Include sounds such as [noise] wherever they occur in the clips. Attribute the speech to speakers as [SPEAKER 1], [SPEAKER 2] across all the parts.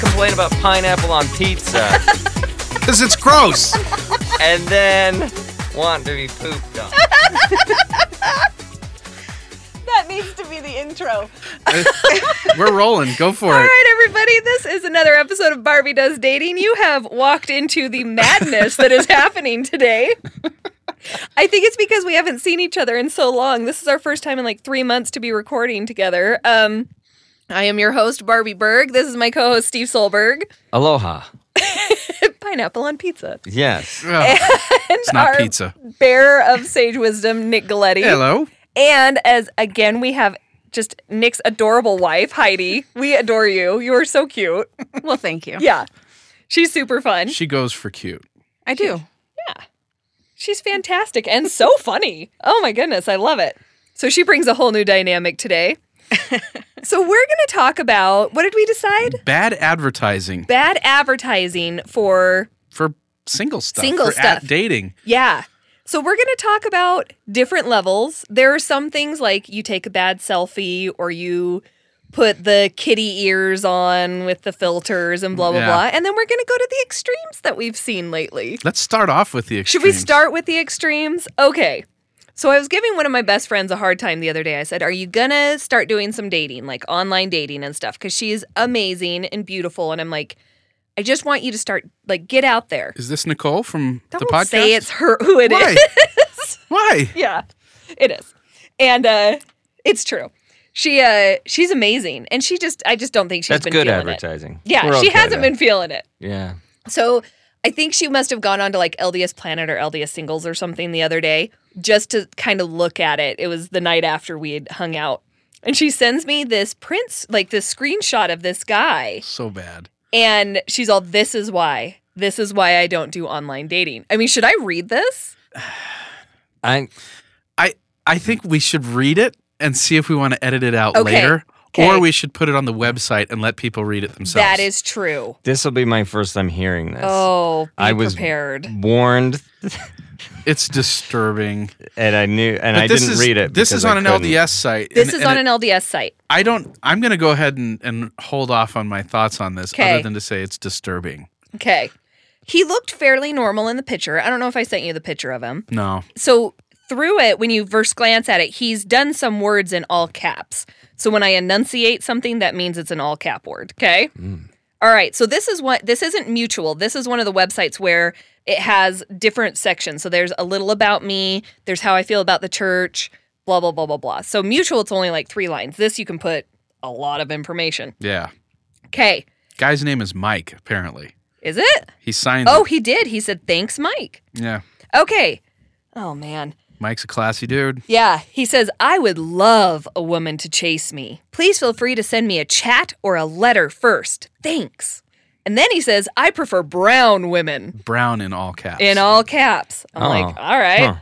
[SPEAKER 1] complain about pineapple on pizza [laughs]
[SPEAKER 2] Because it's
[SPEAKER 3] [laughs]
[SPEAKER 2] gross.
[SPEAKER 1] and then want to be pooped on.
[SPEAKER 4] That needs to be the intro.
[SPEAKER 2] We're rolling. Go for
[SPEAKER 3] All
[SPEAKER 2] it.
[SPEAKER 3] right, everybody. This is another episode of Barbie Does Dating. You have walked into the madness that is happening
[SPEAKER 4] [laughs]
[SPEAKER 3] today. I think it's because we haven't seen each other in so long. This is our first time in like three months to be recording together. Um, I am your host, Barbie Berg. This is my co host, Steve Solberg. [laughs]
[SPEAKER 1] Aloha.
[SPEAKER 3] Pineapple on pizza.
[SPEAKER 1] Yes.
[SPEAKER 2] Ugh,
[SPEAKER 3] And
[SPEAKER 2] it's not
[SPEAKER 3] our
[SPEAKER 2] pizza.
[SPEAKER 3] bearer of sage wisdom, Nick Galletti.
[SPEAKER 2] Hello.
[SPEAKER 3] And as again, we have just Nick's adorable wife, Heidi. We adore you. You are so cute.
[SPEAKER 4] Well, thank you.
[SPEAKER 3] Yeah. She's super fun.
[SPEAKER 2] She goes for cute.
[SPEAKER 4] I do.
[SPEAKER 3] She's fantastic and so funny. Oh my goodness, I love it. So she brings a whole new dynamic today. so we're going to talk about what did we decide?
[SPEAKER 2] Bad advertising
[SPEAKER 3] Bad advertising for,
[SPEAKER 2] for single stuff.
[SPEAKER 3] Single
[SPEAKER 2] for at
[SPEAKER 3] stuff.
[SPEAKER 2] dating.
[SPEAKER 3] yeah. So we're going to talk about different levels. There are some things like you take a bad selfie or you put the kitty ears on with the filters and blah, blah,
[SPEAKER 2] Yeah.
[SPEAKER 3] blah. And then we're going to go to the extremes that we've seen lately.
[SPEAKER 2] Let's start off with the
[SPEAKER 3] Should we
[SPEAKER 2] extremes.
[SPEAKER 3] start with the extremes? Okay. So I was giving one of my best friends a hard time the other day. I said, "Are you going to start doing some dating, like online dating and stuff?" Cuz she is amazing and beautiful and I'm like, "I just want you to start like get out there."
[SPEAKER 2] Is this Nicole from
[SPEAKER 3] Don't
[SPEAKER 2] the podcast?
[SPEAKER 3] say it's her who it is. [laughs]
[SPEAKER 2] Why? Why?
[SPEAKER 3] yeah. It is. And uh it's true. She uh she's amazing and she just I just don't think she's
[SPEAKER 1] That's
[SPEAKER 3] been
[SPEAKER 1] good
[SPEAKER 3] feeling it.
[SPEAKER 1] advertising.
[SPEAKER 3] Yeah,
[SPEAKER 1] We're
[SPEAKER 3] she
[SPEAKER 1] okay
[SPEAKER 3] hasn't
[SPEAKER 1] there.
[SPEAKER 3] been feeling it.
[SPEAKER 1] Yeah.
[SPEAKER 3] So I think she must have gone on to like LDS Planet or LDS Singles or something the other day just to kind of look at it. It was the night after we had hung out. And she sends me this prince, like this screenshot of this guy.
[SPEAKER 2] So bad.
[SPEAKER 3] And she's all, this is why. This is why I don't do online dating. I mean, should I read this?
[SPEAKER 1] I
[SPEAKER 2] I think we should read it and see if we want to edit it out
[SPEAKER 3] Okay.
[SPEAKER 2] later.
[SPEAKER 3] Okay.
[SPEAKER 2] Or we should put it on the website and let people read it themselves.
[SPEAKER 3] That is true.
[SPEAKER 1] this will be my first time hearing this.
[SPEAKER 3] Oh, be
[SPEAKER 1] I was-
[SPEAKER 3] prepared.
[SPEAKER 1] Warned
[SPEAKER 2] It's disturbing.
[SPEAKER 1] and I knew and
[SPEAKER 2] But
[SPEAKER 1] I
[SPEAKER 2] this
[SPEAKER 1] didn't
[SPEAKER 2] is,
[SPEAKER 1] read it.
[SPEAKER 2] This
[SPEAKER 1] because
[SPEAKER 2] is
[SPEAKER 1] I
[SPEAKER 2] on an
[SPEAKER 1] couldn't.
[SPEAKER 2] LDS site.
[SPEAKER 3] This
[SPEAKER 2] and-
[SPEAKER 3] is
[SPEAKER 2] and
[SPEAKER 3] on
[SPEAKER 2] it-
[SPEAKER 3] an LDS site.
[SPEAKER 2] I don't. I'm going to go ahead and, and hold off on my thoughts on this,
[SPEAKER 3] Okay.
[SPEAKER 2] other than to say it's disturbing.
[SPEAKER 3] Okay. He looked fairly normal in the picture. I don't know if I sent you the picture of him.
[SPEAKER 2] No,
[SPEAKER 3] so through it when you first glance at it he's done some words in all caps so when i enunciate something that means it's an all cap word okay all right so this is what this isn't mutual this is one of the websites where it has different sections so there's a little about me there's how i feel about the church blah blah blah blah blah so mutual it's only like three lines this you can put a lot of information
[SPEAKER 2] yeah.
[SPEAKER 3] okay
[SPEAKER 2] Guy's name is Mike. Apparently,
[SPEAKER 3] is it
[SPEAKER 2] he signed.
[SPEAKER 3] oh he did he said thanks mike
[SPEAKER 2] it. yeah.
[SPEAKER 3] okay oh man
[SPEAKER 2] Mike's a classy dude.
[SPEAKER 3] Yeah, he says, I would love a woman to chase me. Please feel free to send me a chat or a letter first. Thanks. And then he says, I prefer brown women
[SPEAKER 2] Brown in all caps.
[SPEAKER 3] in all caps. I'm like,
[SPEAKER 1] Oh,
[SPEAKER 3] all right.
[SPEAKER 1] huh.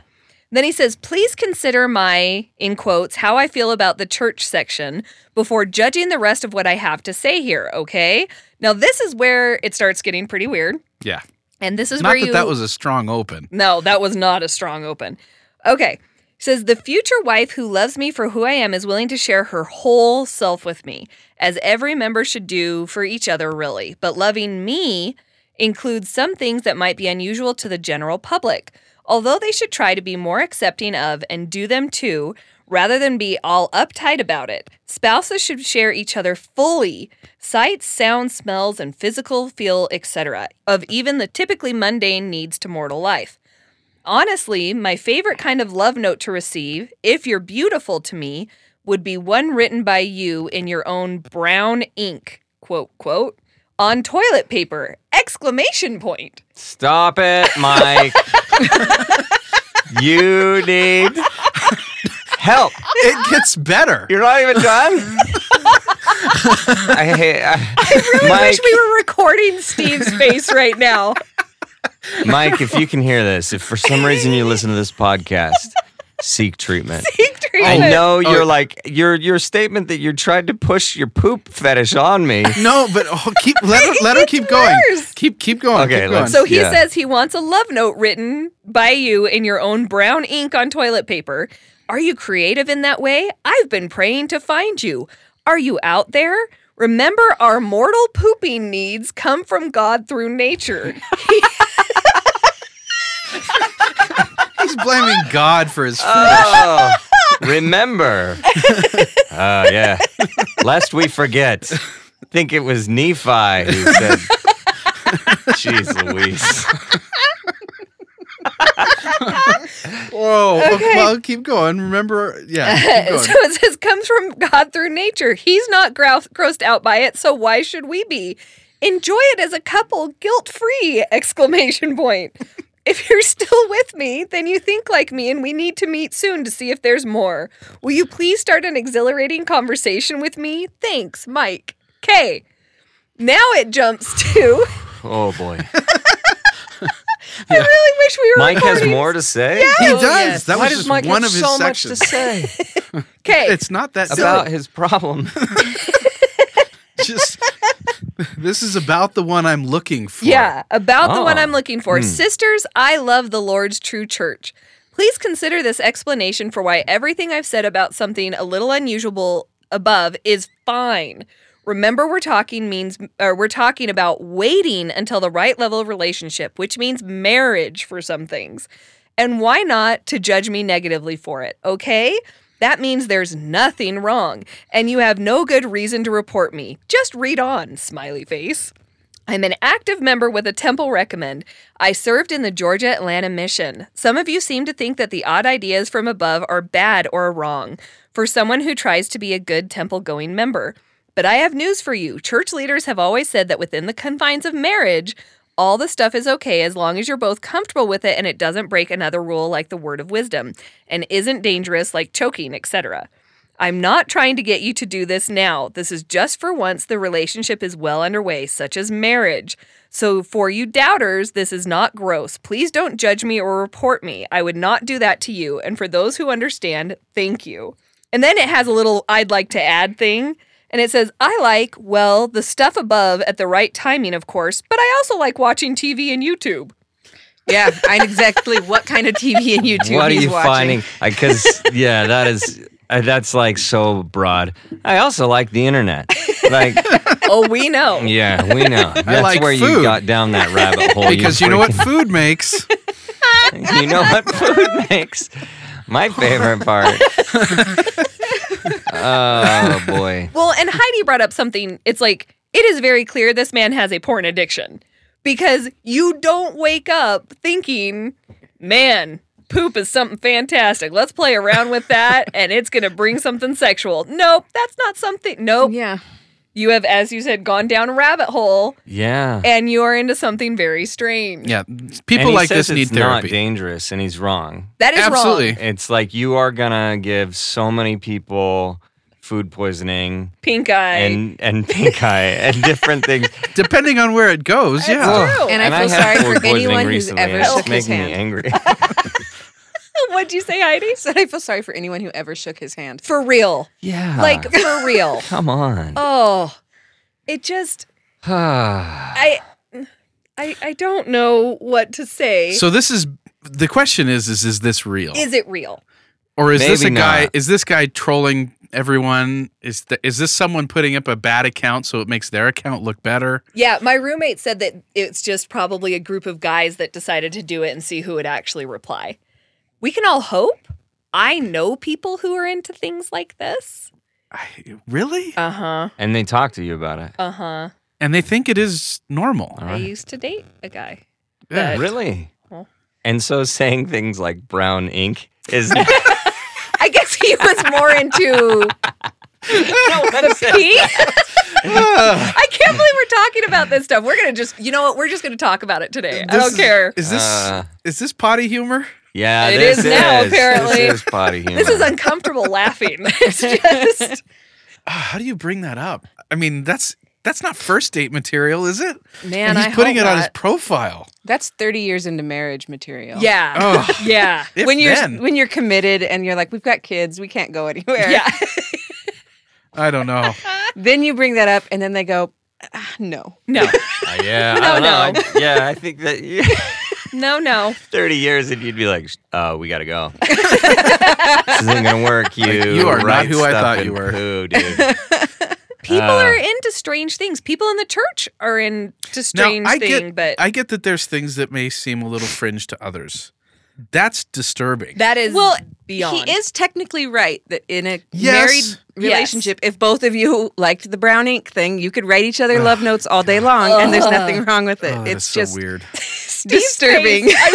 [SPEAKER 3] Then he says, please consider my, in quotes, how I feel about the church section before judging the rest of what I have to say here, okay? Now, this is where it starts getting pretty weird.
[SPEAKER 2] Yeah.
[SPEAKER 3] And this is
[SPEAKER 2] Not
[SPEAKER 3] where
[SPEAKER 2] that
[SPEAKER 3] you.
[SPEAKER 2] that was a strong open.
[SPEAKER 3] No, that was not a strong open. Okay. Says the future wife who loves me for who I am is willing to share her whole self with me, as every member should do for each other, really. But loving me includes some things that might be unusual to the general public, although they should try to be more accepting of and do them too, rather than be all uptight about it. Spouses should share each other fully sights, sounds, smells, and physical feel, etc., of even the typically mundane needs to mortal life. Honestly, my favorite kind of love note to receive, if you're beautiful to me, would be one written by you in your own brown ink, quote, quote, on toilet paper, exclamation point.
[SPEAKER 1] Stop it,
[SPEAKER 2] [laughs]
[SPEAKER 1] Mike. you need help.
[SPEAKER 2] It gets better.
[SPEAKER 1] You're not even done. I, hate- I-
[SPEAKER 3] I
[SPEAKER 1] Mike,
[SPEAKER 3] wish we were recording Steve's face right
[SPEAKER 1] [laughs]
[SPEAKER 3] now.
[SPEAKER 1] Mike, if you can hear this, if for some reason you listen to this podcast, seek treatment. I
[SPEAKER 3] Treatment.
[SPEAKER 1] know
[SPEAKER 2] Oh.
[SPEAKER 1] you're like your your statement that you tried to push your poop fetish on me.
[SPEAKER 2] No, but oh, keep let
[SPEAKER 3] [laughs]
[SPEAKER 2] her, let her keep going.
[SPEAKER 3] worse.
[SPEAKER 2] Keep keep going.
[SPEAKER 1] Okay,
[SPEAKER 2] keep
[SPEAKER 1] let's-
[SPEAKER 3] So he
[SPEAKER 1] Yeah.
[SPEAKER 3] says he wants a love note written by you in your own brown ink on toilet paper. Are you creative in that way? I've been praying to find you. Are you out there? Remember, our mortal pooping needs come from God through nature.
[SPEAKER 2] He's
[SPEAKER 3] [laughs]
[SPEAKER 2] blaming God for his.
[SPEAKER 3] Uh,
[SPEAKER 1] Oh, [laughs]
[SPEAKER 2] [laughs]
[SPEAKER 1] remember. Oh, yeah. Lest we forget. I think it was Nephi who
[SPEAKER 2] [laughs]
[SPEAKER 1] said, Jeez Louise.
[SPEAKER 2] Whoa.
[SPEAKER 3] Okay.
[SPEAKER 2] Well, keep going. Remember, yeah. Keep
[SPEAKER 3] [laughs] so
[SPEAKER 2] going.
[SPEAKER 3] it says, comes from God through nature. He's not grouse- grossed out by it, so why should we be? Enjoy it as a couple, guilt free! [laughs] Exclamation point. [laughs] If you're still with me, then you think like me, and we need to meet soon to see if there's more. Will you please start an exhilarating conversation with me? Thanks, Mike. K. Now it jumps to. [laughs]
[SPEAKER 1] Oh,
[SPEAKER 2] [laughs]
[SPEAKER 1] boy.
[SPEAKER 3] I really wish we were
[SPEAKER 1] Mike has
[SPEAKER 3] recording.
[SPEAKER 1] more to say?
[SPEAKER 2] he
[SPEAKER 3] Oh,
[SPEAKER 2] does.
[SPEAKER 3] yes.
[SPEAKER 2] That was just one of his sections.
[SPEAKER 1] say
[SPEAKER 3] Okay.
[SPEAKER 2] It's not that
[SPEAKER 1] [laughs] about his problem?
[SPEAKER 2] just this is about the one I'm looking for.
[SPEAKER 3] Yeah, about the one
[SPEAKER 1] Oh.
[SPEAKER 3] I'm looking for. Sisters, I love the Lord's true church. Please consider this explanation for why everything I've said about something a little unusual above is fine. Remember, we're talking means, or we're talking about waiting until the right level of relationship, which means marriage for some things. And why not to judge me negatively for it, okay? That means there's nothing wrong, and you have no good reason to report me. Just read on, smiley face. I'm an active member with a temple recommend. I served in the Georgia Atlanta mission. Some of you seem to think that the odd ideas from above are bad or wrong for someone who tries to be a good temple going member. But I have news for you. Church leaders have always said that within the confines of marriage, all the stuff is okay as long as you're both comfortable with it and it doesn't break another rule like the word of wisdom and isn't dangerous like choking, etc. I'm not trying to get you to do this now. This is just for once the relationship is well underway, such as marriage. So, for you doubters, this is not gross. Please don't judge me or report me. I would not do that to you. And for those who understand, thank you. And then it has a little I'd like to add thing. And it says, I like, well, the stuff above at the right timing, of course, but I also like watching TV and YouTube.
[SPEAKER 5] Yeah, I know exactly what kind of TV and YouTube
[SPEAKER 1] what are
[SPEAKER 5] he's
[SPEAKER 1] you
[SPEAKER 5] watching.
[SPEAKER 1] finding? Because yeah, that is uh, that's like so broad. I also like the internet. Like
[SPEAKER 3] Oh, we know.
[SPEAKER 1] [laughs] yeah, we know. That's
[SPEAKER 2] like
[SPEAKER 1] where you
[SPEAKER 2] food.
[SPEAKER 1] got down that rabbit
[SPEAKER 2] [laughs]
[SPEAKER 1] hole.
[SPEAKER 2] Because you know what food makes?
[SPEAKER 1] freaking- [laughs] you know what food makes. My
[SPEAKER 2] [laughs]
[SPEAKER 1] favorite part. oh boy.
[SPEAKER 3] Well, and Heidi brought up something. It's like it is very clear this man has a porn addiction because you don't wake up thinking, "Man, poop is something fantastic. Let's play around with that and it's going to bring something sexual." Nope, that's not something.
[SPEAKER 2] Oh.
[SPEAKER 3] Nope.
[SPEAKER 5] Yeah. [laughs]
[SPEAKER 3] You have as you said gone down a rabbit hole
[SPEAKER 1] Yeah.
[SPEAKER 3] and you are into something very strange.
[SPEAKER 2] Yeah.
[SPEAKER 1] And
[SPEAKER 2] People
[SPEAKER 1] he
[SPEAKER 2] like
[SPEAKER 1] says
[SPEAKER 2] this need
[SPEAKER 1] it's not
[SPEAKER 2] therapy.
[SPEAKER 1] dangerous, and he's wrong.
[SPEAKER 3] That is
[SPEAKER 2] Absolutely.
[SPEAKER 3] wrong.
[SPEAKER 1] It's like you are gonna give so many people food poisoning
[SPEAKER 3] Pink eye.
[SPEAKER 1] and and pink eye and
[SPEAKER 5] [laughs]
[SPEAKER 1] different things.
[SPEAKER 2] Depending on where it goes, yeah.
[SPEAKER 3] true.
[SPEAKER 5] And I feel
[SPEAKER 1] had
[SPEAKER 5] sorry for
[SPEAKER 1] food poisoning
[SPEAKER 5] anyone who's
[SPEAKER 1] recently,
[SPEAKER 5] ever
[SPEAKER 1] and it's
[SPEAKER 5] shook his
[SPEAKER 1] making me
[SPEAKER 5] hand. [laughs]
[SPEAKER 1] angry.
[SPEAKER 3] [laughs]
[SPEAKER 1] [laughs]
[SPEAKER 3] What'd you say, Heidi?
[SPEAKER 5] Said I feel sorry for anyone who ever shook his hand.
[SPEAKER 3] For real.
[SPEAKER 1] yeah.
[SPEAKER 3] Like
[SPEAKER 2] [laughs]
[SPEAKER 3] for real.
[SPEAKER 1] come on.
[SPEAKER 3] Oh. It just
[SPEAKER 5] oh.
[SPEAKER 3] I, I, I don't know what to say.
[SPEAKER 2] So this is the question is is is this real?
[SPEAKER 3] is it real?
[SPEAKER 2] or is this a
[SPEAKER 1] Maybe
[SPEAKER 2] guy
[SPEAKER 1] not.
[SPEAKER 2] is this guy trolling everyone? Is th- is this someone putting up a bad account so it makes their account look better?
[SPEAKER 3] Yeah, my roommate said that it's just probably a group of guys that decided to do it and see who would actually reply. We can all hope. I know people who are into things like this.
[SPEAKER 2] I, really?
[SPEAKER 3] Uh
[SPEAKER 2] Uh-huh.
[SPEAKER 3] huh.
[SPEAKER 1] [sighs] and they talk to you about it.
[SPEAKER 3] Uh huh.
[SPEAKER 2] and they think it is normal.
[SPEAKER 1] All
[SPEAKER 3] I
[SPEAKER 1] right.
[SPEAKER 3] used to date a guy.
[SPEAKER 2] Yeah.
[SPEAKER 3] But-
[SPEAKER 1] Really?
[SPEAKER 3] Well.
[SPEAKER 1] And so saying things like brown ink
[SPEAKER 5] [laughs]
[SPEAKER 1] is
[SPEAKER 3] I guess he was more into the pee. [laughs] I can't believe we're talking about this stuff. We're gonna just, you know what? We're just gonna talk about it today. I
[SPEAKER 2] This
[SPEAKER 3] don't
[SPEAKER 2] is-
[SPEAKER 3] care.
[SPEAKER 2] Is this
[SPEAKER 1] Uh.
[SPEAKER 2] is this potty humor?
[SPEAKER 1] yeah.
[SPEAKER 3] It
[SPEAKER 1] this
[SPEAKER 3] is now,
[SPEAKER 1] is-
[SPEAKER 3] apparently.
[SPEAKER 1] This is potty humor.
[SPEAKER 3] [laughs] This is uncomfortable laughing. [laughs] It's [laughs] just
[SPEAKER 2] Ah, how do you bring that up? I mean, that's that's not first date material, is it?
[SPEAKER 3] man.
[SPEAKER 2] he's
[SPEAKER 3] I
[SPEAKER 2] putting
[SPEAKER 3] hope
[SPEAKER 2] it on his
[SPEAKER 3] not.
[SPEAKER 2] profile.
[SPEAKER 5] That's 30 years into marriage material.
[SPEAKER 3] Yeah.
[SPEAKER 2] Oh.
[SPEAKER 3] Yeah.
[SPEAKER 2] If
[SPEAKER 5] when you're
[SPEAKER 2] then,
[SPEAKER 5] when you're committed and you're like, we've got kids, we can't go anywhere.
[SPEAKER 3] Yeah. [laughs]
[SPEAKER 2] I don't know.
[SPEAKER 5] [laughs] Then you bring that up, and then they go, ah, no.
[SPEAKER 3] No.
[SPEAKER 1] Uh, yeah.
[SPEAKER 3] No,
[SPEAKER 1] I don't know.
[SPEAKER 3] [laughs] no.
[SPEAKER 1] I- yeah. I think that you, [laughs]
[SPEAKER 3] No, no.
[SPEAKER 1] 30 years and you'd be like, "Sh- uh, we got
[SPEAKER 3] [laughs]
[SPEAKER 1] to go. this isn't going to work. You,
[SPEAKER 2] you are not
[SPEAKER 1] write
[SPEAKER 2] who I
[SPEAKER 1] stuff
[SPEAKER 2] thought you
[SPEAKER 1] in
[SPEAKER 2] were.
[SPEAKER 1] Poo, dude.
[SPEAKER 3] People
[SPEAKER 1] Uh.
[SPEAKER 3] are into strange things. People in the church are into [laughs] strange
[SPEAKER 2] now, I
[SPEAKER 3] thing,
[SPEAKER 2] get,
[SPEAKER 3] but
[SPEAKER 2] I get that there's things that may seem a little fringe to others. That's disturbing.
[SPEAKER 5] That is
[SPEAKER 3] Well,
[SPEAKER 5] well
[SPEAKER 3] beyond.
[SPEAKER 5] He
[SPEAKER 3] [laughs]
[SPEAKER 5] is technically right that in a
[SPEAKER 2] Yes.
[SPEAKER 3] Yes.
[SPEAKER 5] married relationship, if both of you liked the brown ink thing, you could write each other love notes all day long, and there's nothing wrong with it.
[SPEAKER 2] Oh, that is
[SPEAKER 5] it's
[SPEAKER 2] so
[SPEAKER 5] just
[SPEAKER 2] weird.
[SPEAKER 3] Steve's
[SPEAKER 5] disturbing.
[SPEAKER 3] face. I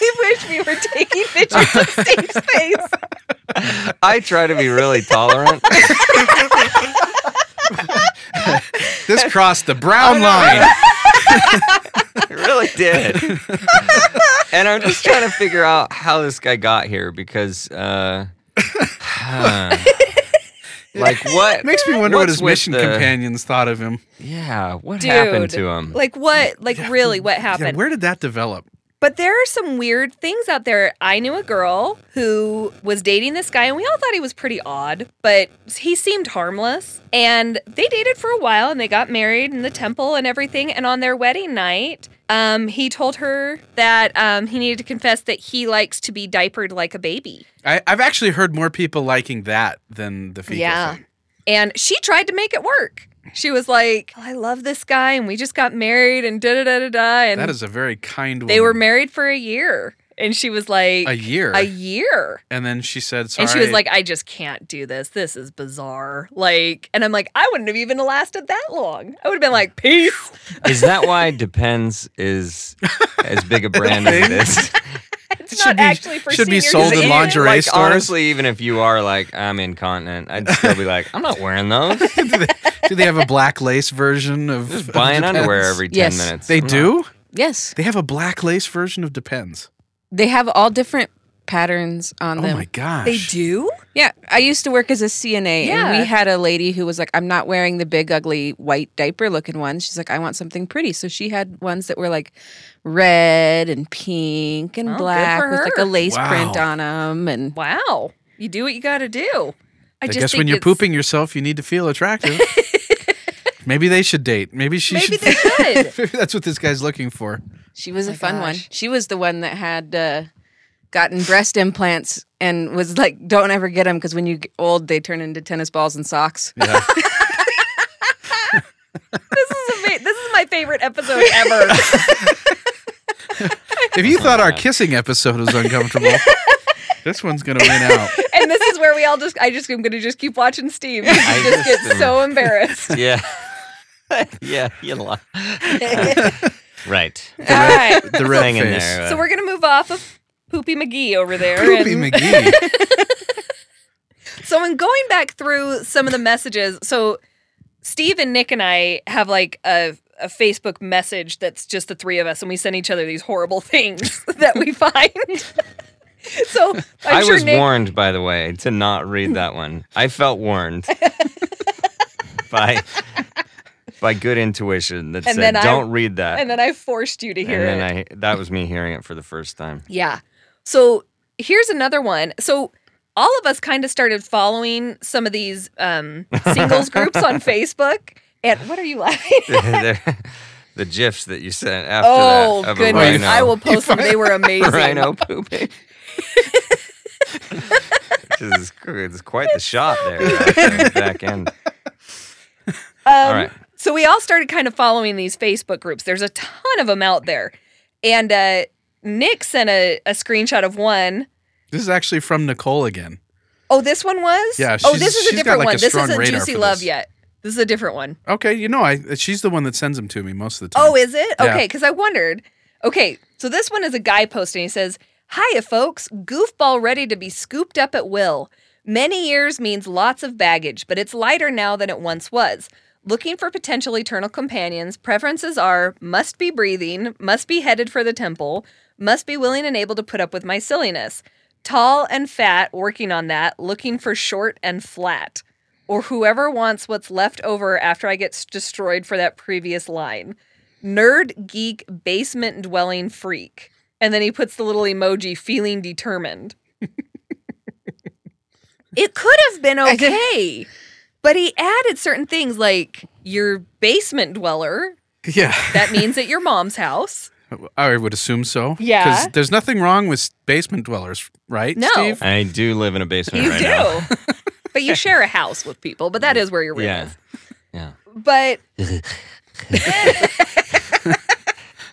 [SPEAKER 3] really wish we were taking pictures
[SPEAKER 2] [laughs]
[SPEAKER 3] of Steve's face.
[SPEAKER 1] I try to be
[SPEAKER 2] [laughs]
[SPEAKER 1] really tolerant. [laughs]
[SPEAKER 3] [laughs]
[SPEAKER 2] This crossed the brown line.
[SPEAKER 1] I really did.
[SPEAKER 2] [laughs]
[SPEAKER 1] and I'm just trying to figure out how this guy got here because,
[SPEAKER 2] [laughs]
[SPEAKER 1] uh, [sighs] like, what
[SPEAKER 2] Makes me wonder what
[SPEAKER 1] what's
[SPEAKER 2] his
[SPEAKER 1] with
[SPEAKER 2] mission
[SPEAKER 1] the-
[SPEAKER 2] companions thought of him.
[SPEAKER 1] Yeah, what
[SPEAKER 3] Dude.
[SPEAKER 1] happened to him?
[SPEAKER 3] Like what? Like really what happened?
[SPEAKER 2] Yeah, where did that develop?
[SPEAKER 3] But there are some weird things out there. I knew a girl who was dating this guy, and we all thought he was pretty odd, but he seemed harmless. And they dated for a while, and they got married in the temple and everything. And on their wedding night, um, he told her that um, he needed to confess that he likes to be diapered like a baby.
[SPEAKER 2] I, I've actually heard more people liking that than the fecal
[SPEAKER 3] Yeah.
[SPEAKER 2] thing.
[SPEAKER 3] And she tried to make it work. She was like, "Oh, "I love this guy, and we just got married, and da da da da da." And
[SPEAKER 2] That is a very kind.
[SPEAKER 3] they were
[SPEAKER 2] woman.
[SPEAKER 3] married for a year, and she was like,
[SPEAKER 2] a year,
[SPEAKER 3] A year.
[SPEAKER 2] and then she said, "Sorry."
[SPEAKER 3] And she was like, I just can't do this. This is bizarre. Like, and I'm like, I wouldn't have even lasted that long. I would have been
[SPEAKER 2] [laughs]
[SPEAKER 3] like, peace.
[SPEAKER 1] Is that why Depends is as big a brand as it [laughs] is?
[SPEAKER 3] It's
[SPEAKER 2] It
[SPEAKER 3] not
[SPEAKER 2] should be-
[SPEAKER 3] actually for
[SPEAKER 2] should be
[SPEAKER 3] seniors
[SPEAKER 2] sold in
[SPEAKER 3] either.
[SPEAKER 2] lingerie.
[SPEAKER 1] Like,
[SPEAKER 2] stores?
[SPEAKER 1] honestly, even if you are like, I'm incontinent, I'd still be like, I'm not wearing those.
[SPEAKER 2] do, they, do they have a black lace version of of
[SPEAKER 1] Buying
[SPEAKER 2] Depends?
[SPEAKER 1] underwear every 10
[SPEAKER 5] Yes.
[SPEAKER 1] minutes.
[SPEAKER 2] They
[SPEAKER 1] I'm not-
[SPEAKER 2] do.
[SPEAKER 5] yes.
[SPEAKER 2] They have a black lace version of Depends.
[SPEAKER 5] They have all different patterns on
[SPEAKER 2] Oh
[SPEAKER 5] them.
[SPEAKER 2] my gosh!
[SPEAKER 3] They do?
[SPEAKER 5] Yeah, I used to work as a CNA,
[SPEAKER 3] Yeah.
[SPEAKER 5] and we had a lady who was like, "I'm not wearing the big, ugly, white diaper-looking ones." She's like, "I want something pretty." So she had ones that were like red and pink and
[SPEAKER 3] Oh, good
[SPEAKER 5] black
[SPEAKER 3] for
[SPEAKER 5] with like
[SPEAKER 3] her.
[SPEAKER 5] a lace print
[SPEAKER 2] Wow.
[SPEAKER 5] on them, and
[SPEAKER 3] Wow. You do what you got to do.
[SPEAKER 2] I,
[SPEAKER 3] I, just
[SPEAKER 2] guess
[SPEAKER 3] think
[SPEAKER 2] when you're
[SPEAKER 3] it's-
[SPEAKER 2] pooping yourself, you need to feel
[SPEAKER 3] [laughs]
[SPEAKER 2] attractive. Maybe they should date. Maybe she
[SPEAKER 3] Maybe
[SPEAKER 2] should. [laughs]
[SPEAKER 3] they should.
[SPEAKER 2] Maybe that's what this guy's looking for.
[SPEAKER 5] she was
[SPEAKER 3] Oh my
[SPEAKER 5] a fun one.
[SPEAKER 3] gosh.
[SPEAKER 5] She was the one that had uh, gotten breast implants and was like, "Don't ever get them because when you get old, they turn into tennis balls and socks."
[SPEAKER 2] Yeah.
[SPEAKER 3] [laughs] this, is ama- this is my favorite episode ever.
[SPEAKER 2] if you thought our kissing episode was
[SPEAKER 3] [laughs]
[SPEAKER 2] uncomfortable, this one's gonna win out.
[SPEAKER 3] and this is where we all just, I just, I'm going to just keep watching Steve. [laughs] He
[SPEAKER 1] I
[SPEAKER 3] just
[SPEAKER 1] just
[SPEAKER 3] gets
[SPEAKER 1] am-
[SPEAKER 3] so embarrassed.
[SPEAKER 1] [laughs] Yeah. yeah, you lie. [laughs] right.
[SPEAKER 3] all right.
[SPEAKER 2] The red
[SPEAKER 1] Hang in
[SPEAKER 2] face.
[SPEAKER 1] there. uh,
[SPEAKER 3] So we're going to move off of Poopy McGee over there.
[SPEAKER 2] Poopy
[SPEAKER 3] and-
[SPEAKER 2] McGee.
[SPEAKER 3] [laughs] So in going back through some of the messages, so Steve and Nick and I have like a a Facebook message that's just the three of us, and we send each other these horrible [laughs] things that we find. [laughs] so I'm
[SPEAKER 1] i
[SPEAKER 3] sure
[SPEAKER 1] was
[SPEAKER 3] Nick.
[SPEAKER 1] warned, by the way, to not read that one. I felt warned by by good intuition that
[SPEAKER 3] And
[SPEAKER 1] said,
[SPEAKER 3] then I-
[SPEAKER 1] "Don't read that."
[SPEAKER 3] And then I forced you to hear
[SPEAKER 1] And then
[SPEAKER 3] it.
[SPEAKER 1] I that was me hearing it for the first time.
[SPEAKER 3] Yeah. So here's another one. So all of us kind of started following some of these
[SPEAKER 1] [laughs]
[SPEAKER 3] um, singles groups on Facebook. And what are you laughing? at?
[SPEAKER 1] There- [laughs] the gifs that you sent after
[SPEAKER 3] Oh
[SPEAKER 1] that of a
[SPEAKER 3] goodness!
[SPEAKER 1] rhino,
[SPEAKER 3] I
[SPEAKER 1] [laughs]
[SPEAKER 3] will post them. They were amazing. Um,
[SPEAKER 1] rhino pooping. [laughs] this is it's quite the shot there right there
[SPEAKER 3] [laughs]
[SPEAKER 1] at the back end.
[SPEAKER 3] Um,
[SPEAKER 1] All right.
[SPEAKER 3] So we all started kind of following these Facebook groups. There's a ton of them out there. And uh, Nick sent a, a screenshot of one.
[SPEAKER 2] This is actually from Nicole again.
[SPEAKER 3] Oh, this one was?
[SPEAKER 2] Yeah,
[SPEAKER 3] Oh,
[SPEAKER 2] she's-
[SPEAKER 3] this is
[SPEAKER 2] she's
[SPEAKER 3] a
[SPEAKER 2] got,
[SPEAKER 3] different
[SPEAKER 2] like, a
[SPEAKER 3] one. this
[SPEAKER 2] strong
[SPEAKER 3] isn't
[SPEAKER 2] radar
[SPEAKER 3] Juicy
[SPEAKER 2] for
[SPEAKER 3] Love
[SPEAKER 2] this.
[SPEAKER 3] yet. This is a different one.
[SPEAKER 2] Okay, you know, I she's the one that sends them to me most of the time.
[SPEAKER 3] Oh, is it?
[SPEAKER 2] Yeah.
[SPEAKER 3] Okay, because I wondered. Okay, so this one is a guy posting. He says, Hiya, folks. Goofball ready to be scooped up at will. Many years means lots of baggage, but it's lighter now than it once was. Looking for potential eternal companions, preferences are must be breathing, must be headed for the temple, must be willing and able to put up with my silliness. Tall and fat, working on that, looking for short and flat. Or whoever wants what's left over after I get s- destroyed for that previous line nerd geek basement dwelling freak and then he puts the little emoji feeling determined [laughs] it could have been
[SPEAKER 5] I did-
[SPEAKER 3] okay but he added certain things like your basement dweller
[SPEAKER 2] yeah.
[SPEAKER 3] that means at your mom's house
[SPEAKER 2] [laughs] I would assume so.
[SPEAKER 3] Yeah.
[SPEAKER 2] Because there's nothing wrong with basement dwellers, right?
[SPEAKER 3] No.
[SPEAKER 2] [laughs] Steve?
[SPEAKER 1] I do live in a basement
[SPEAKER 3] you
[SPEAKER 1] right
[SPEAKER 3] [laughs] do
[SPEAKER 1] now.
[SPEAKER 2] [laughs]
[SPEAKER 3] but you share a house with people but that is where your room
[SPEAKER 1] Yeah.
[SPEAKER 3] is
[SPEAKER 1] Yeah.
[SPEAKER 2] [laughs]
[SPEAKER 3] But [laughs]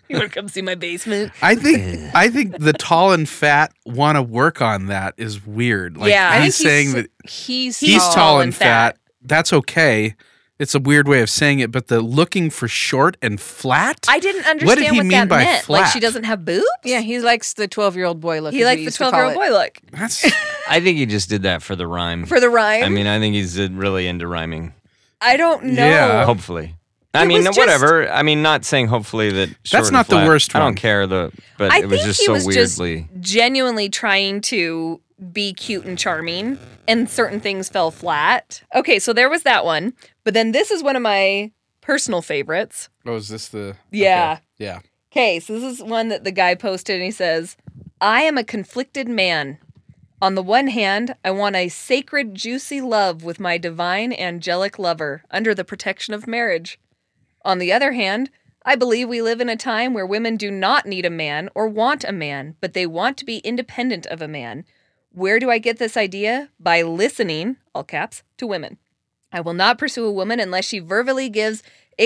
[SPEAKER 3] you want to come see my basement?
[SPEAKER 2] I think I think the tall and fat want to work on that is weird. Like
[SPEAKER 3] Yeah. I
[SPEAKER 2] he's
[SPEAKER 3] think
[SPEAKER 2] saying that
[SPEAKER 5] he's,
[SPEAKER 2] he's tall, and fat. That's okay. It's a weird way of saying it, but the looking for short and flat.
[SPEAKER 3] I didn't understand
[SPEAKER 2] What
[SPEAKER 3] what,
[SPEAKER 2] did he mean
[SPEAKER 3] that
[SPEAKER 2] by
[SPEAKER 3] meant. Like she
[SPEAKER 2] flat?
[SPEAKER 3] doesn't have boobs.
[SPEAKER 5] Yeah, he likes the twelve-year-old boy look.
[SPEAKER 3] he liked the twelve-year-old boy look [laughs]
[SPEAKER 2] That's
[SPEAKER 1] I think he just did that for the rhyme.
[SPEAKER 3] for the rhyme.
[SPEAKER 1] I mean, I think he's uh, really into rhyming.
[SPEAKER 3] I don't know.
[SPEAKER 2] Yeah.
[SPEAKER 1] Hopefully. I
[SPEAKER 3] Oh. It
[SPEAKER 1] mean,
[SPEAKER 3] was just-
[SPEAKER 1] whatever. I mean, not saying hopefully that. short and
[SPEAKER 2] not the
[SPEAKER 1] flat-
[SPEAKER 2] worst
[SPEAKER 1] I
[SPEAKER 2] one.
[SPEAKER 1] don't care. The but
[SPEAKER 3] I
[SPEAKER 1] it was
[SPEAKER 3] think
[SPEAKER 1] just
[SPEAKER 3] he
[SPEAKER 1] so
[SPEAKER 3] was just-
[SPEAKER 1] weirdly.
[SPEAKER 3] Genuinely trying to be cute and charming, and certain things fell flat. Okay, so there was that one. But then this is one of my personal favorites.
[SPEAKER 2] oh, is this the
[SPEAKER 3] Yeah.
[SPEAKER 2] okay. yeah?
[SPEAKER 3] Okay, so this is one that the guy posted and he says, I am a conflicted man. On the one hand, I want a sacred, juicy love with my divine, angelic lover under the protection of marriage. On the other hand, I believe we live in a time where women do not need a man or want a man, but they want to be independent of a man. Where do I get this idea? By listening, all caps, to women. I will not pursue a woman unless she verbally gives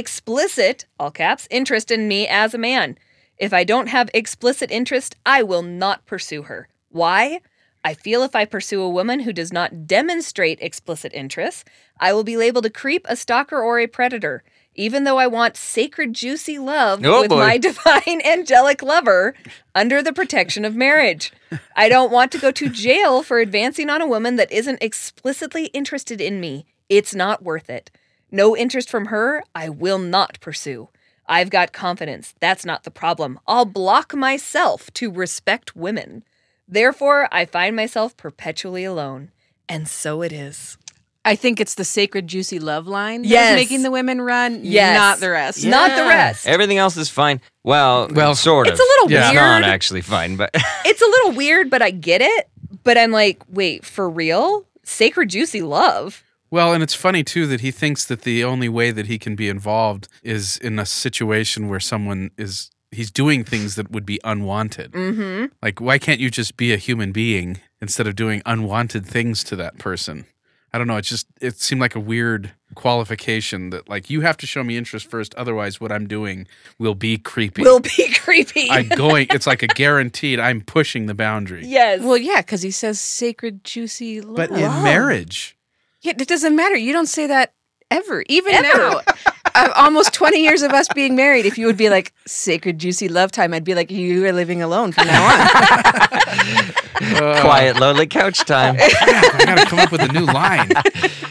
[SPEAKER 3] explicit, all caps, interest in me as a man. If I don't have explicit interest, I will not pursue her. Why? I feel if I pursue a woman who does not demonstrate explicit interest, I will be labeled a creep, a stalker, or a predator. Even though I want sacred, juicy love
[SPEAKER 1] Oh,
[SPEAKER 3] with
[SPEAKER 1] boy.
[SPEAKER 3] my divine, [laughs] angelic lover under the protection of marriage. I don't want to go to jail for advancing on a woman that isn't explicitly interested in me. It's not worth it. No interest from her, I will not pursue. I've got confidence. That's not the problem. I'll block myself to respect women. Therefore, I find myself perpetually alone. And so it is.
[SPEAKER 5] I think it's the sacred, juicy love line. That
[SPEAKER 3] Yes.
[SPEAKER 5] was making the women run.
[SPEAKER 3] Yes.
[SPEAKER 5] not the rest.
[SPEAKER 3] Not the rest.
[SPEAKER 1] Everything else is fine. Well,
[SPEAKER 2] Well,
[SPEAKER 1] well, sort of.
[SPEAKER 3] It's a little
[SPEAKER 2] Yeah.
[SPEAKER 1] It's
[SPEAKER 3] weird.
[SPEAKER 1] not actually
[SPEAKER 3] [laughs]
[SPEAKER 1] fine, but
[SPEAKER 3] it's a little weird, but I get it. But I'm like, wait, for real? Sacred juicy love.
[SPEAKER 2] Well, and it's funny too that he thinks that the only way that he can be involved is in a situation where someone is he's doing things that would be unwanted.
[SPEAKER 3] Mm-hmm.
[SPEAKER 2] Like, why can't you just be a human being instead of doing unwanted things to that person? I don't know. It just it seemed like a weird qualification that like you have to show me interest first, otherwise what I'm doing will be creepy.
[SPEAKER 3] Will be [laughs] creepy.
[SPEAKER 2] I'm going. It's like a guaranteed. I'm pushing the boundary.
[SPEAKER 3] yes.
[SPEAKER 5] Well, yeah, because he says sacred, juicy love.
[SPEAKER 2] But in marriage,
[SPEAKER 5] Yeah, it doesn't matter. You don't say that ever, even
[SPEAKER 3] Ever. [laughs]
[SPEAKER 5] now. Uh, almost 20 years of us being married, if you would be like, sacred, juicy love time, I'd be like, you are living alone from now
[SPEAKER 3] [laughs]
[SPEAKER 5] on.
[SPEAKER 1] [laughs] quiet, lonely couch
[SPEAKER 3] [laughs]
[SPEAKER 1] time.
[SPEAKER 2] yeah, I gotta come up with a new line.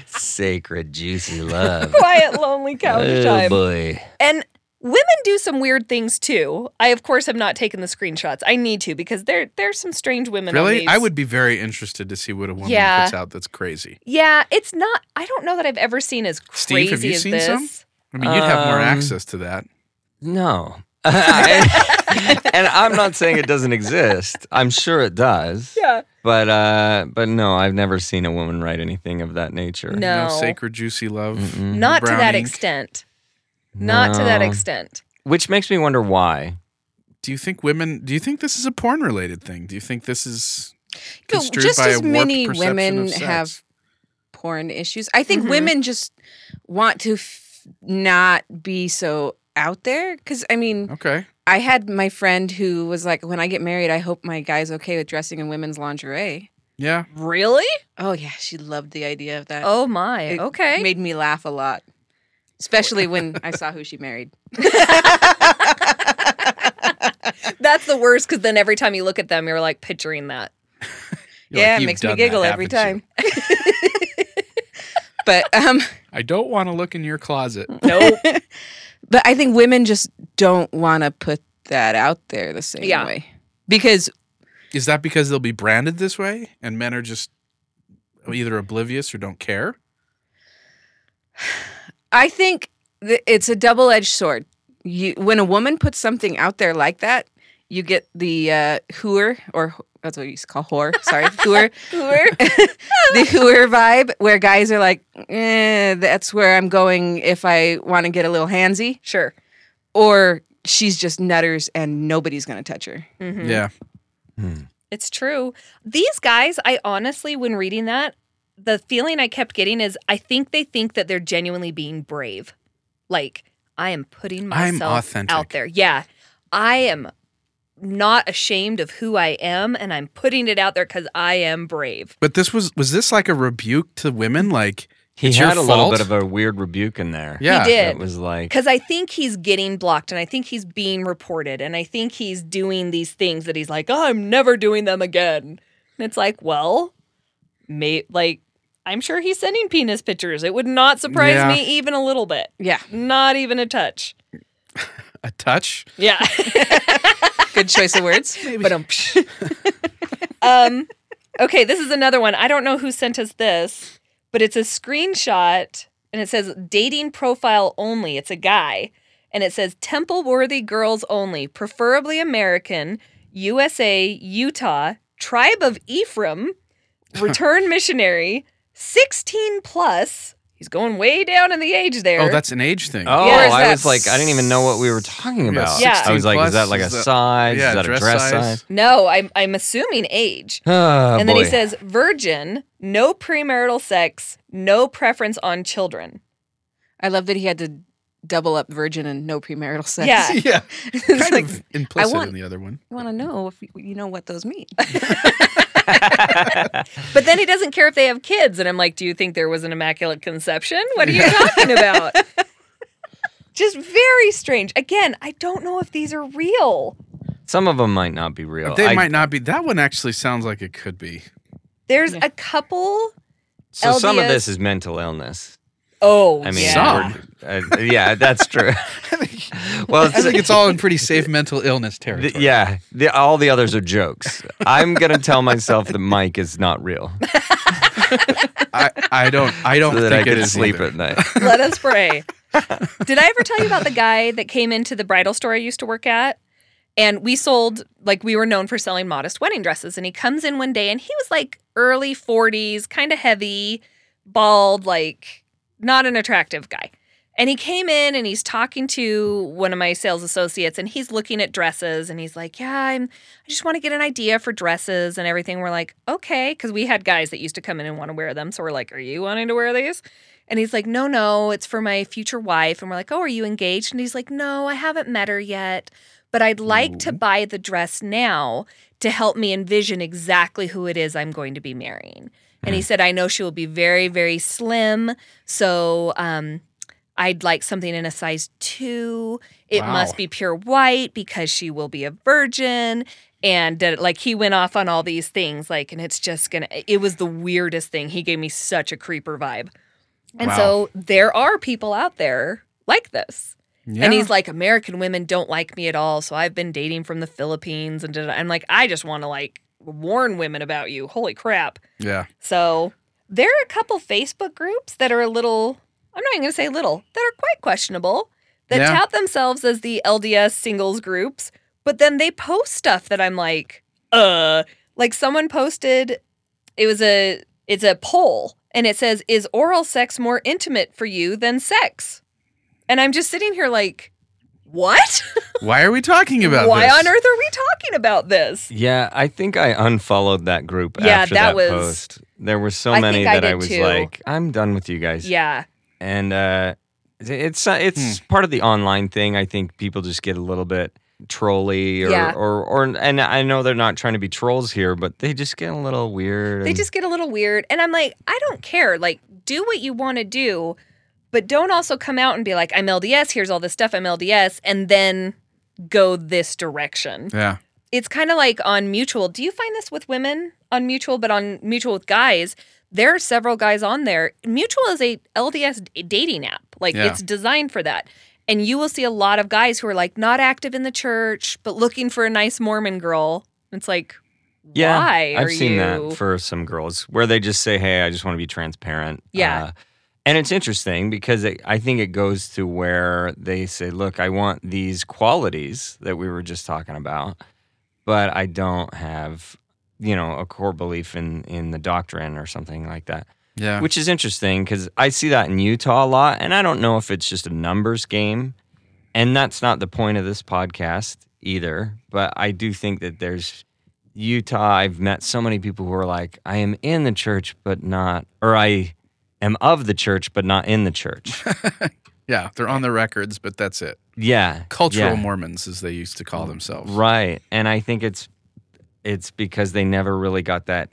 [SPEAKER 1] Sacred, juicy love.
[SPEAKER 3] [laughs] quiet, lonely couch
[SPEAKER 1] oh
[SPEAKER 3] time.
[SPEAKER 1] boy.
[SPEAKER 3] And women do some weird things too. I of course have not taken the screenshots. I need to because there there's some strange women. on
[SPEAKER 2] Really,
[SPEAKER 3] these.
[SPEAKER 2] I would be very interested to see what a woman
[SPEAKER 3] Yeah.
[SPEAKER 2] puts out that's crazy.
[SPEAKER 3] Yeah, it's not. I don't know that I've ever seen as crazy
[SPEAKER 2] Steve, have you
[SPEAKER 3] as
[SPEAKER 2] seen
[SPEAKER 3] this.
[SPEAKER 2] some? I mean, you'd have more
[SPEAKER 1] Um,
[SPEAKER 2] access to that.
[SPEAKER 1] No. [laughs] and I'm not saying it doesn't exist. I'm sure it does.
[SPEAKER 3] Yeah.
[SPEAKER 1] But uh but no, I've never seen a woman write anything of that nature.
[SPEAKER 3] No.
[SPEAKER 2] sacred juicy love.
[SPEAKER 1] Mm-mm.
[SPEAKER 3] Not to
[SPEAKER 2] Brown
[SPEAKER 3] that
[SPEAKER 2] ink.
[SPEAKER 3] extent. Not to that
[SPEAKER 1] No.
[SPEAKER 3] extent.
[SPEAKER 1] Which makes me wonder why.
[SPEAKER 2] Do you think women? Do you think this is a porn related thing? Do you think this is
[SPEAKER 5] No,
[SPEAKER 2] construed
[SPEAKER 5] just
[SPEAKER 2] by a
[SPEAKER 5] as
[SPEAKER 2] warped
[SPEAKER 5] many
[SPEAKER 2] perception of
[SPEAKER 5] women
[SPEAKER 2] sex?
[SPEAKER 5] have porn issues. I think
[SPEAKER 3] Mhm.
[SPEAKER 5] women just want to f- not be so out there. Because, I mean,
[SPEAKER 2] Okay,
[SPEAKER 5] I had my friend who was like, when I get married, I hope my guy's okay with dressing in women's lingerie.
[SPEAKER 2] yeah.
[SPEAKER 3] Really?
[SPEAKER 5] Oh, yeah, she loved the idea of that.
[SPEAKER 3] Oh my.
[SPEAKER 5] It
[SPEAKER 3] okay.
[SPEAKER 5] Made me laugh a lot, especially when I saw who she married.
[SPEAKER 3] That's the worst because then every time you look at them, you're like picturing that.
[SPEAKER 2] [laughs] You're
[SPEAKER 5] yeah,
[SPEAKER 2] like,
[SPEAKER 5] it
[SPEAKER 2] "You've
[SPEAKER 5] makes me
[SPEAKER 2] done
[SPEAKER 5] giggle
[SPEAKER 2] that,
[SPEAKER 5] every
[SPEAKER 2] haven't you?"
[SPEAKER 5] time. [laughs] but um,
[SPEAKER 2] I don't want to look in your
[SPEAKER 5] [laughs]
[SPEAKER 2] closet.
[SPEAKER 3] Nope.
[SPEAKER 5] but I think women just don't want to put that out there the same
[SPEAKER 3] Yeah.
[SPEAKER 5] way because
[SPEAKER 2] Is that because they'll be branded this way, and men are just either oblivious or don't care?
[SPEAKER 5] I think th- it's a double-edged sword. You, when a woman puts something out there like that, you get the uh, hooer or wh- that's what you used to call whore. Sorry, hooer. [laughs] the hooer vibe where guys are like, eh, that's where I'm going if I want to get a little handsy,
[SPEAKER 3] sure.
[SPEAKER 5] or she's just nutters and nobody's gonna touch her.
[SPEAKER 3] hmm
[SPEAKER 2] Mm-hmm. Yeah.
[SPEAKER 3] It's true. These guys, I honestly, when reading that, the feeling I kept getting is I think they think that they're genuinely being brave. Like I am putting
[SPEAKER 2] I'm
[SPEAKER 3] myself
[SPEAKER 2] authentic.
[SPEAKER 3] out there. Yeah. I am not ashamed of who I am and I'm putting it out there cuz I am brave.
[SPEAKER 2] But this was was this like a rebuke to women? Like
[SPEAKER 1] He
[SPEAKER 2] it's
[SPEAKER 1] had a
[SPEAKER 2] your
[SPEAKER 1] little
[SPEAKER 2] fault?
[SPEAKER 1] bit of a weird rebuke in there.
[SPEAKER 2] yeah,
[SPEAKER 3] he
[SPEAKER 1] It
[SPEAKER 3] did.
[SPEAKER 1] was like,
[SPEAKER 3] Because I think he's getting blocked and I think he's being reported and I think he's doing these things that he's like, oh, I'm never doing them again. And it's like, well, may- like, I'm sure he's sending penis pictures. It would not surprise
[SPEAKER 2] Yeah.
[SPEAKER 3] me even a little bit.
[SPEAKER 5] Yeah.
[SPEAKER 3] Not even a touch.
[SPEAKER 2] a touch.
[SPEAKER 3] Yeah. [laughs]
[SPEAKER 5] Good choice of words.
[SPEAKER 3] but um, um, okay, this is another one. I don't know who sent us this, but it's a screenshot and it says dating profile only. It's a guy. And it says temple worthy girls only, preferably American, USA, Utah, tribe of Ephraim, return missionary, 16 plus. He's going way down in the age there.
[SPEAKER 2] Oh, that's an age thing.
[SPEAKER 1] oh,
[SPEAKER 3] Yeah, is
[SPEAKER 1] I
[SPEAKER 3] that-
[SPEAKER 1] was like, I didn't even know what we were talking about.
[SPEAKER 3] Yeah.
[SPEAKER 1] I was
[SPEAKER 2] 16
[SPEAKER 1] like, is that like a
[SPEAKER 2] plus, is that-
[SPEAKER 1] size?
[SPEAKER 2] yeah,
[SPEAKER 1] is that
[SPEAKER 2] dress
[SPEAKER 1] a dress
[SPEAKER 2] size.
[SPEAKER 1] size?
[SPEAKER 3] no, I'm, I'm assuming age.
[SPEAKER 1] [sighs] Oh,
[SPEAKER 3] and then he
[SPEAKER 1] boy.
[SPEAKER 3] says, virgin, no premarital sex, no preference on children.
[SPEAKER 5] [laughs] I love that he had to double up virgin and no premarital sex.
[SPEAKER 3] Yeah.
[SPEAKER 2] [laughs] yeah,
[SPEAKER 5] [laughs] It's
[SPEAKER 2] kind
[SPEAKER 5] like,
[SPEAKER 2] of implicit
[SPEAKER 5] want-
[SPEAKER 2] in the other one.
[SPEAKER 5] want to know if you know what those mean.
[SPEAKER 3] But then he doesn't care if they have kids. And I'm like, do you think there was an immaculate conception? What are you
[SPEAKER 2] [laughs]
[SPEAKER 3] talking about? [laughs] Just very strange. Again, I don't know if these are real.
[SPEAKER 1] Some of them might not be real.
[SPEAKER 2] They
[SPEAKER 1] I-
[SPEAKER 2] might not be. That one actually sounds like it could be.
[SPEAKER 3] There's
[SPEAKER 5] Yeah.
[SPEAKER 3] a couple.
[SPEAKER 1] so some of
[SPEAKER 3] LDS.
[SPEAKER 1] this is mental illness.
[SPEAKER 3] Oh,
[SPEAKER 1] I mean,
[SPEAKER 3] yeah.
[SPEAKER 2] Some.
[SPEAKER 1] we're- uh, yeah,
[SPEAKER 2] [laughs]
[SPEAKER 1] that's true. [laughs] well,
[SPEAKER 2] I think it's all in pretty safe mental illness territory.
[SPEAKER 1] th- yeah, the, all the others are jokes. I'm gonna tell myself that Mike is not real,
[SPEAKER 2] I, I don't. I don't
[SPEAKER 1] so that
[SPEAKER 2] think
[SPEAKER 1] I
[SPEAKER 2] it
[SPEAKER 1] can
[SPEAKER 2] is
[SPEAKER 1] sleep
[SPEAKER 2] either. [laughs]
[SPEAKER 1] at night.
[SPEAKER 3] [laughs] Let us pray. Did I ever tell you about the guy that came into the bridal store I used to work at? And we sold, like, we were known for selling modest wedding dresses. And he comes in one day and he was like early 40s, kind of heavy, bald, like, not an attractive guy. And he came in and he's talking to one of my sales associates and he's looking at dresses and he's like, Yeah, I'm, I just want to get an idea for dresses and everything. We're like, Okay. Cause we had guys that used to come in and want to wear them. So we're like, Are you wanting to wear these? And he's like, No, no, it's for my future wife. And we're like, Oh, are you engaged? And he's like, No, I haven't met her yet, but I'd like to buy the dress now to help me envision exactly who it is I'm going to be marrying. And he said, I know she will be very, very slim. So, um, I'd like something in a size two. It
[SPEAKER 2] Wow.
[SPEAKER 3] must be pure white because she will be a virgin. And da- like he went off on all these things, like, and it's just gonna, it was the weirdest thing. He gave me such a creeper vibe. And
[SPEAKER 2] Wow.
[SPEAKER 3] so there are people out there like this.
[SPEAKER 2] Yeah.
[SPEAKER 3] And he's like, American women don't like me at all. So I've been dating from the Philippines. And da- da- da." I'm like, I just wanna like warn women about you. Holy crap.
[SPEAKER 2] yeah.
[SPEAKER 3] So there are a couple Facebook groups that are a little, I'm not even going to say little, that are quite questionable, that
[SPEAKER 2] Yeah.
[SPEAKER 3] tout themselves as the LDS singles groups, but then they post stuff that I'm like, uh, like someone posted, it was a, it's a poll and it says, is oral sex more intimate for you than sex? And I'm just sitting here like, what?
[SPEAKER 2] Why are we talking about
[SPEAKER 3] Why
[SPEAKER 2] this?
[SPEAKER 3] on earth are we talking about this?
[SPEAKER 1] Yeah, I think I unfollowed that group
[SPEAKER 3] Yeah,
[SPEAKER 1] after
[SPEAKER 3] that
[SPEAKER 1] that,
[SPEAKER 3] was-
[SPEAKER 1] post. There were so
[SPEAKER 3] I
[SPEAKER 1] many
[SPEAKER 3] think I
[SPEAKER 1] that I,
[SPEAKER 3] did
[SPEAKER 1] was
[SPEAKER 3] too.
[SPEAKER 1] like, I'm done with you guys.
[SPEAKER 3] Yeah.
[SPEAKER 1] And uh, it's it's part of the online thing. I think people just get a little bit trolly or,
[SPEAKER 3] Yeah.
[SPEAKER 1] or or and I know they're not trying to be trolls here, but they just get a little weird.
[SPEAKER 3] They
[SPEAKER 1] and-
[SPEAKER 3] just get a little weird. And I'm like, I don't care. Like, do what you want to do, but don't also come out and be like, I'm LDS. Here's all this stuff. I'm LDS. And then go this direction.
[SPEAKER 2] Yeah.
[SPEAKER 3] It's kind of like on Mutual. Do you find this with women on Mutual, but on Mutual with guys? There are several guys on there. Mutual is a LDS d- dating app. Like,
[SPEAKER 2] Yeah.
[SPEAKER 3] it's designed for that. And you will see a lot of guys who are like not active in the church, but looking for a nice Mormon girl. It's like,
[SPEAKER 1] yeah,
[SPEAKER 3] why
[SPEAKER 1] I've
[SPEAKER 3] are
[SPEAKER 1] seen
[SPEAKER 3] you-
[SPEAKER 1] that for some girls where they just say, "Hey, I just want to be transparent." Uh,
[SPEAKER 3] Yeah.
[SPEAKER 1] and it's interesting because it, I think it goes to where they say, "Look, I want these qualities that we were just talking about, but I don't have, you know, a core belief in in the doctrine or something like that."
[SPEAKER 2] Yeah.
[SPEAKER 1] Which is interesting because I see that in Utah a lot, and I don't know if it's just a numbers game, and that's not the point of this podcast either. But I do think that there's Utah, I've met so many people who are like, I am in the church, but not, or I am of the church, but not in the church.
[SPEAKER 2] Yeah, they're on their records, but that's it.
[SPEAKER 1] yeah.
[SPEAKER 2] Cultural
[SPEAKER 1] yeah.
[SPEAKER 2] Mormons, as they used to call themselves.
[SPEAKER 3] [laughs]
[SPEAKER 1] Right. And I think it's it's because they never really got that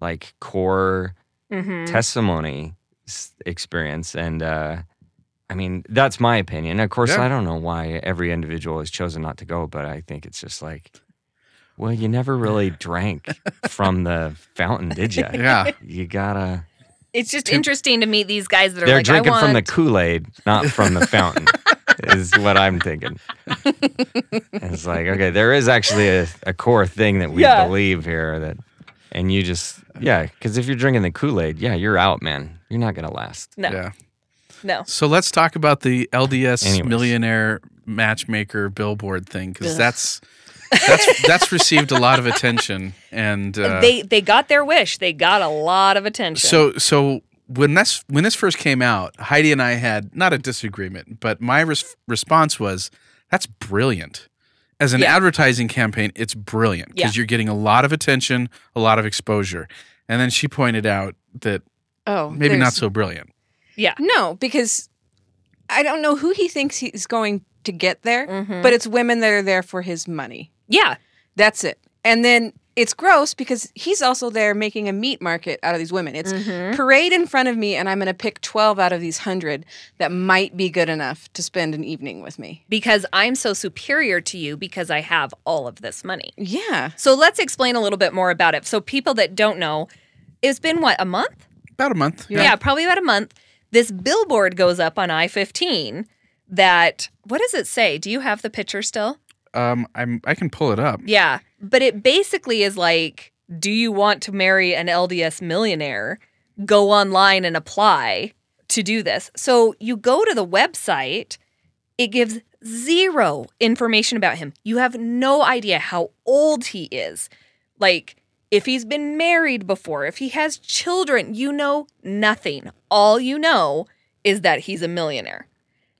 [SPEAKER 1] like core
[SPEAKER 3] Mhm.
[SPEAKER 1] testimony s- experience and uh I mean, that's my opinion. Of course,
[SPEAKER 2] Yeah.
[SPEAKER 1] I don't know why every individual has chosen not to go, but I think it's just like well, you
[SPEAKER 3] [laughs]
[SPEAKER 1] never really drank from the fountain, did you?
[SPEAKER 2] Yeah.
[SPEAKER 1] You gotta
[SPEAKER 3] It's just
[SPEAKER 2] Two-
[SPEAKER 3] interesting to meet these guys that are
[SPEAKER 1] They're
[SPEAKER 3] like,
[SPEAKER 1] drinking
[SPEAKER 3] I
[SPEAKER 1] from
[SPEAKER 3] want
[SPEAKER 1] the Kool-Aid, not from
[SPEAKER 3] [laughs]
[SPEAKER 1] the fountain. is what I'm thinking. And it's like, okay, there is actually a, a core thing that we
[SPEAKER 3] Yeah.
[SPEAKER 1] believe here that and you just yeah, because if you're drinking the Kool-Aid, yeah, you're out, man. You're not gonna last.
[SPEAKER 3] no,
[SPEAKER 2] Yeah.
[SPEAKER 3] no.
[SPEAKER 2] So let's talk about the LDS
[SPEAKER 1] Anyways.
[SPEAKER 2] millionaire matchmaker billboard thing because
[SPEAKER 3] Ugh.
[SPEAKER 2] that's that's that's received a lot of attention and uh,
[SPEAKER 3] [laughs] they they got their wish. They got a lot of attention.
[SPEAKER 2] so so when this when this first came out, Heidi and I had not a disagreement, but my res- response was that's brilliant. As an
[SPEAKER 3] Yeah.
[SPEAKER 2] advertising campaign, it's brilliant
[SPEAKER 3] Yeah.
[SPEAKER 2] because you're getting a lot of attention, a lot of exposure. And then she pointed out that
[SPEAKER 5] Oh,
[SPEAKER 2] maybe not
[SPEAKER 5] there's-
[SPEAKER 2] so brilliant.
[SPEAKER 5] No, because I don't know who he thinks he's going to get there,
[SPEAKER 3] Mhm.
[SPEAKER 5] but it's women that are there for his money.
[SPEAKER 3] yeah,
[SPEAKER 5] That's it. And then it's gross because he's also there making a meat market out of these women. It's parade in front of me, and I'm going to pick 12 out of these 100 that might be good enough to spend an evening with me.
[SPEAKER 3] because I'm so superior to you because I have all of this money.
[SPEAKER 5] Yeah.
[SPEAKER 3] So let's explain a little bit more about it. So people that don't know, it's been what a month?
[SPEAKER 2] About a month.
[SPEAKER 3] Yeah, probably about a month. This billboard goes up on I-15 that what does it say? Do you have the picture still?
[SPEAKER 2] Um, I'm I can pull it up.
[SPEAKER 3] Yeah, but it basically is like, do you want to marry an LDS millionaire? Go online and apply to do this. So you go to the website, it gives zero information about him. You have no idea how old he is. Like, if he's been married before, if he has children, you know nothing. All you know is that he's a millionaire.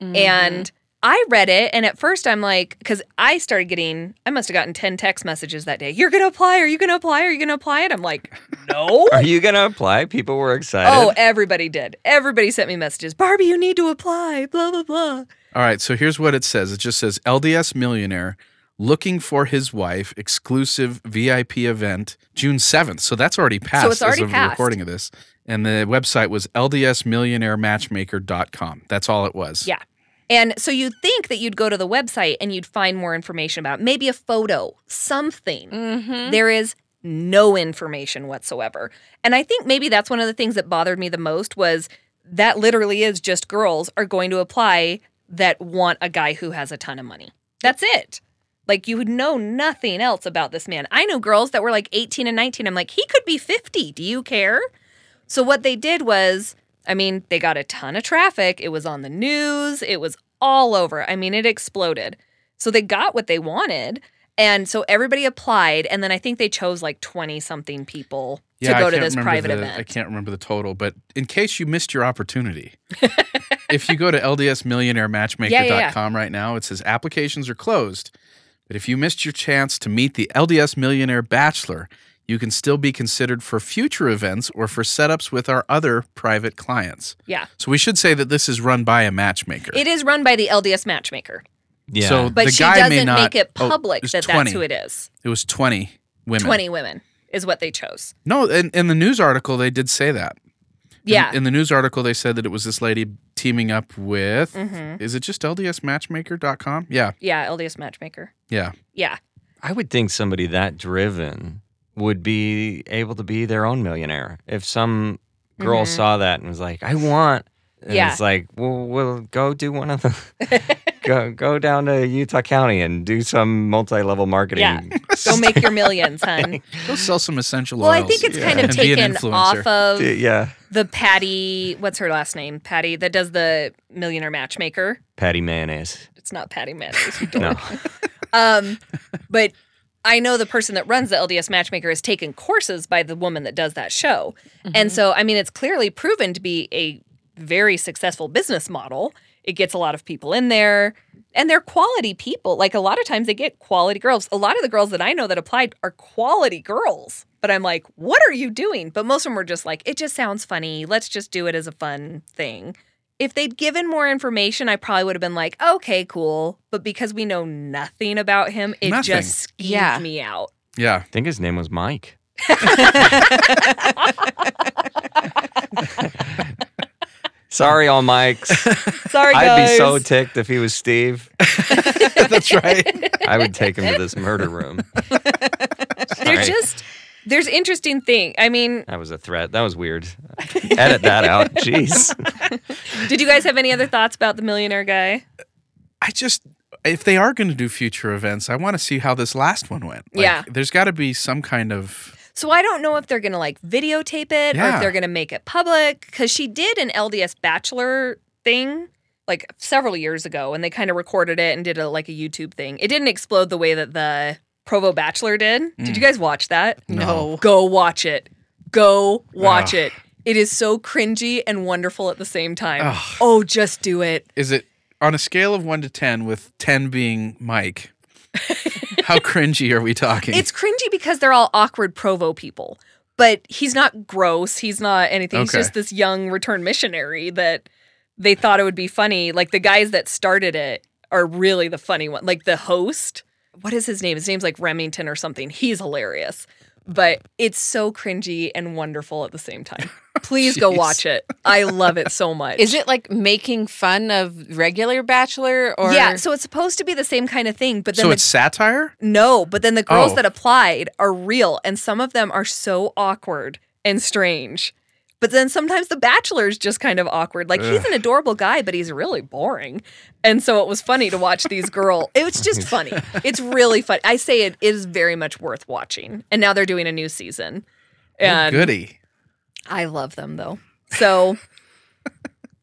[SPEAKER 1] Mm-hmm.
[SPEAKER 3] And I read it, and at first I'm like, because I started getting, I must have gotten 10 text messages that day. You're going to apply. Are you going to apply? Are you going to apply? And I'm like, no.
[SPEAKER 1] [laughs] Are you gonna apply? People were excited.
[SPEAKER 3] oh, everybody did. Everybody sent me messages. Barbie, you need to apply. Blah, blah, blah.
[SPEAKER 2] All right, so here's what it says. It just says LDS millionaire looking for his wife exclusive VIP event June 7th. So that's already passed
[SPEAKER 3] it's already
[SPEAKER 2] as of
[SPEAKER 3] passed.
[SPEAKER 2] the recording of this. And the website was ldsmillionairematchmaker.com. That's all it was.
[SPEAKER 3] Yeah. And so you'd think that you'd go to the website and you'd find more information about it. maybe a photo, something.
[SPEAKER 5] Mm-hmm.
[SPEAKER 3] There is no information whatsoever. And I think maybe that's one of the things that bothered me the most was that literally is just girls are going to apply that want a guy who has a ton of money. That's it. Like you would know nothing else about this man. I know girls that were like 18 and 19. I'm like, he could be 50. Do you care? So what they did was, I mean, they got a ton of traffic. It was on the news. It was all over. I mean, it exploded. So they got what they wanted. And so everybody applied. And then I think they chose like 20 something people
[SPEAKER 2] Yeah, I
[SPEAKER 3] to go to
[SPEAKER 2] can't
[SPEAKER 3] this
[SPEAKER 2] remember
[SPEAKER 3] private
[SPEAKER 2] the-
[SPEAKER 3] event.
[SPEAKER 2] I can't remember the total, but in case you missed your opportunity, [laughs] if you go to ldsmillionairematchmaker.com
[SPEAKER 3] Yeah, yeah,
[SPEAKER 2] right now, it says applications are closed. But if you missed your chance to meet the LDS Millionaire Bachelor, you can still be considered for future events or for setups with our other private clients.
[SPEAKER 3] Yeah.
[SPEAKER 2] So we should say that this is run by a matchmaker.
[SPEAKER 3] It is run by the LDS matchmaker,
[SPEAKER 1] yeah.
[SPEAKER 2] So
[SPEAKER 3] but
[SPEAKER 2] the
[SPEAKER 3] she
[SPEAKER 2] guy may
[SPEAKER 3] doesn't
[SPEAKER 2] not,
[SPEAKER 3] make it
[SPEAKER 2] oh,
[SPEAKER 3] public
[SPEAKER 2] there's
[SPEAKER 3] that
[SPEAKER 2] 20.
[SPEAKER 3] that's who it is.
[SPEAKER 2] It was 20 women.
[SPEAKER 3] 20 women is what they chose.
[SPEAKER 2] No, in, in the news article, they did say that. In-
[SPEAKER 3] Yeah.
[SPEAKER 2] In, the news article, they said that it was this lady teaming up with,
[SPEAKER 3] Mhm.
[SPEAKER 2] is it just ldsmatchmaker.com? Yeah.
[SPEAKER 3] yeah, LDS matchmaker.
[SPEAKER 2] Yeah.
[SPEAKER 3] Yeah.
[SPEAKER 1] I would think somebody that driven would be able to be their own millionaire. If some girl
[SPEAKER 3] Mhm.
[SPEAKER 1] saw that and was like, "I want," and
[SPEAKER 3] Yeah.
[SPEAKER 1] it's like, "Well, we'll go do one of the [laughs] go go down to Utah County and do some multi-level marketing."
[SPEAKER 3] Yeah. [laughs] Go make your
[SPEAKER 2] [laughs]
[SPEAKER 3] millions, hun.
[SPEAKER 2] Go sell some essential
[SPEAKER 3] Well, I
[SPEAKER 2] oils.
[SPEAKER 3] think it's kind of
[SPEAKER 2] And be an
[SPEAKER 3] taken
[SPEAKER 2] influencer.
[SPEAKER 3] off of
[SPEAKER 1] yeah,
[SPEAKER 3] the Patty, what's her last name? Patty that does the millionaire matchmaker.
[SPEAKER 1] patty mayonnaise.
[SPEAKER 3] It's not Patty
[SPEAKER 2] [laughs]
[SPEAKER 3] Mayonnaise. you
[SPEAKER 1] No,
[SPEAKER 3] dork. um, but I know the person that runs the LDS matchmaker has taken courses by the woman that does that show. And so, I mean, it's clearly proven to be a very successful business model. It gets a lot of people in there. and they're quality people. Like a lot of times they get quality girls. A lot of the girls that I know that applied are quality girls. But I'm like, what are you doing? But most of them were just like, it just sounds funny. Let's just do it as a fun thing. If they'd given more information, I probably would have been like, okay, cool. But because we know nothing about him, it
[SPEAKER 2] Nothing.
[SPEAKER 3] just skeeved
[SPEAKER 5] Yeah.
[SPEAKER 3] me out.
[SPEAKER 2] Yeah.
[SPEAKER 3] [laughs]
[SPEAKER 1] I think his name was Mike. Sorry, all Mikes.
[SPEAKER 3] Sorry,
[SPEAKER 1] I'd
[SPEAKER 3] guys.
[SPEAKER 1] be so ticked if he
[SPEAKER 3] [laughs]
[SPEAKER 1] was Steve.
[SPEAKER 2] That's right.
[SPEAKER 1] I would take him to this murder room.
[SPEAKER 3] They're
[SPEAKER 1] Sorry.
[SPEAKER 3] just there's interesting thing. I mean,
[SPEAKER 1] That was a threat. That was weird. Edit that out. Jeez.
[SPEAKER 3] did you guys have any other thoughts about the millionaire guy?
[SPEAKER 2] I just if they are going to do future events, I want to see how this last one went. Like,
[SPEAKER 3] Yeah.
[SPEAKER 2] There's got to be some kind of
[SPEAKER 3] So I don't know if they're gonna like videotape it or
[SPEAKER 2] Yeah.
[SPEAKER 3] if they're gonna make it public because she did an LDS Bachelor thing like several years ago, and they kind of recorded it and did a like a YouTube thing. It didn't explode the way that the Provo Bachelor did. Did you guys watch that?
[SPEAKER 2] No.
[SPEAKER 3] Go watch it. Go watch
[SPEAKER 2] Ugh.
[SPEAKER 3] it. It is so cringy and wonderful at the same time. Oh, just do it.
[SPEAKER 2] is it on a scale of 1 to 10 with 10 being
[SPEAKER 3] [laughs]
[SPEAKER 2] Mike. how cringy are we talking?
[SPEAKER 3] It's cringy because they're all awkward Provo people. But he's not gross. He's not anything. He's
[SPEAKER 2] Okay.
[SPEAKER 3] just this young returned missionary that they thought it would be funny. Like the guys that started it are really the funny one. Like the host, what is his name? His name's like Remington or something. He's hilarious. But it's so cringy and wonderful at the
[SPEAKER 2] [laughs]
[SPEAKER 3] same time. Please go
[SPEAKER 2] Jeez.
[SPEAKER 3] watch it. I love
[SPEAKER 2] [laughs]
[SPEAKER 3] it so much.
[SPEAKER 5] Is it like making fun of regular Bachelor or
[SPEAKER 3] yeah, so it's supposed to be the same kind of thing, but then
[SPEAKER 2] so
[SPEAKER 3] the
[SPEAKER 2] it's satire?
[SPEAKER 3] No, but then the girls
[SPEAKER 2] Oh.
[SPEAKER 3] that applied are real, and some of them are so awkward and strange. But then sometimes the bachelor is just kind of awkward. Like he's an adorable guy, but he's really boring. And so it was funny to watch these girl. It was just funny. It's really fun. I say it is very much worth watching. And now they're doing a new season.
[SPEAKER 2] Oh,
[SPEAKER 3] And
[SPEAKER 2] goody.
[SPEAKER 3] I love them though. So [laughs]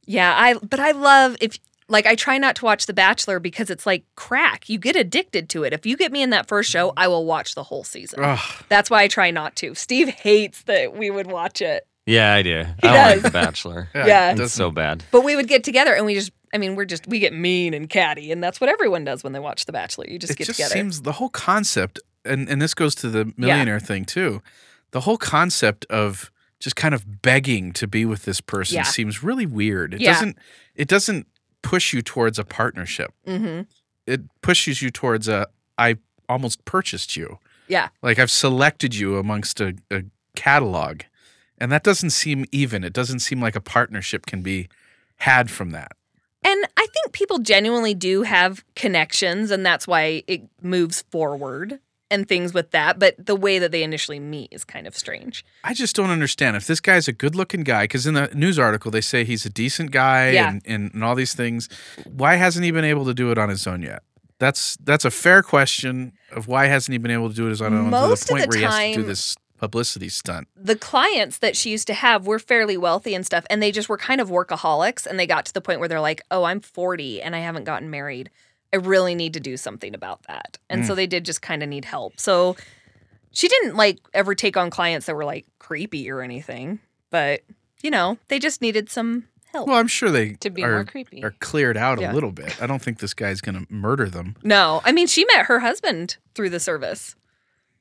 [SPEAKER 3] yeah, I but I love if like I try not to watch The Bachelor because it's like crack. You get addicted to it. If you get me in that first show, I will watch the whole season.
[SPEAKER 2] Mm-hmm. Ugh.
[SPEAKER 3] That's why I try not to. Steve hates that we would watch it.
[SPEAKER 1] Yeah, I do.
[SPEAKER 3] He
[SPEAKER 1] I don't
[SPEAKER 3] does.
[SPEAKER 1] like The Bachelor.
[SPEAKER 2] Yeah.
[SPEAKER 3] Yeah.
[SPEAKER 2] it
[SPEAKER 1] It's
[SPEAKER 2] doesn't-
[SPEAKER 1] so bad.
[SPEAKER 3] But we would get together and we just I mean, we're just we get mean and catty and that's what everyone does when they watch The Bachelor. You just
[SPEAKER 2] it
[SPEAKER 3] get
[SPEAKER 2] just
[SPEAKER 3] together.
[SPEAKER 2] seems the whole concept and and this goes to the millionaire thing too the whole concept of just kind of begging to be with this person
[SPEAKER 3] Yeah.
[SPEAKER 2] seems really weird it
[SPEAKER 3] Yeah.
[SPEAKER 2] doesn't it doesn't push you towards a partnership
[SPEAKER 3] mhm.
[SPEAKER 2] it pushes you towards a i almost purchased you
[SPEAKER 3] Yeah.
[SPEAKER 2] like i've selected you amongst a, a catalog and that doesn't seem even it doesn't seem like a partnership can be had from that
[SPEAKER 3] And I think people genuinely do have connections, and that's why it moves forward and things with that. But the way that they initially meet is kind of strange.
[SPEAKER 2] I just don't understand if this guy's a good-looking guy because in the news article they say he's a decent guy
[SPEAKER 3] Yeah.
[SPEAKER 2] and, and, and all these things. Why hasn't he been able to do it on his own yet? That's that's a fair question of why hasn't he been able to do it on his own
[SPEAKER 3] Most
[SPEAKER 2] to
[SPEAKER 3] of
[SPEAKER 2] the point where
[SPEAKER 3] the
[SPEAKER 2] he has to do
[SPEAKER 3] time-
[SPEAKER 2] this publicity stunt.
[SPEAKER 3] The clients that she used to have were fairly wealthy and stuff, and they just were kind of workaholics. And they got to the point where they're like, oh, I'm 40 and I haven't gotten married. I really need to do something about that. And so they did just kind of need help. So she didn't like ever take on clients that were like creepy or anything, but you know, they just needed some help.
[SPEAKER 2] Well, I'm sure they
[SPEAKER 5] to be
[SPEAKER 2] are,
[SPEAKER 5] more creepy?
[SPEAKER 2] are cleared out a
[SPEAKER 3] Yeah.
[SPEAKER 2] little bit. I don't think this guy's going to murder them.
[SPEAKER 3] No, I mean she met her husband through the service,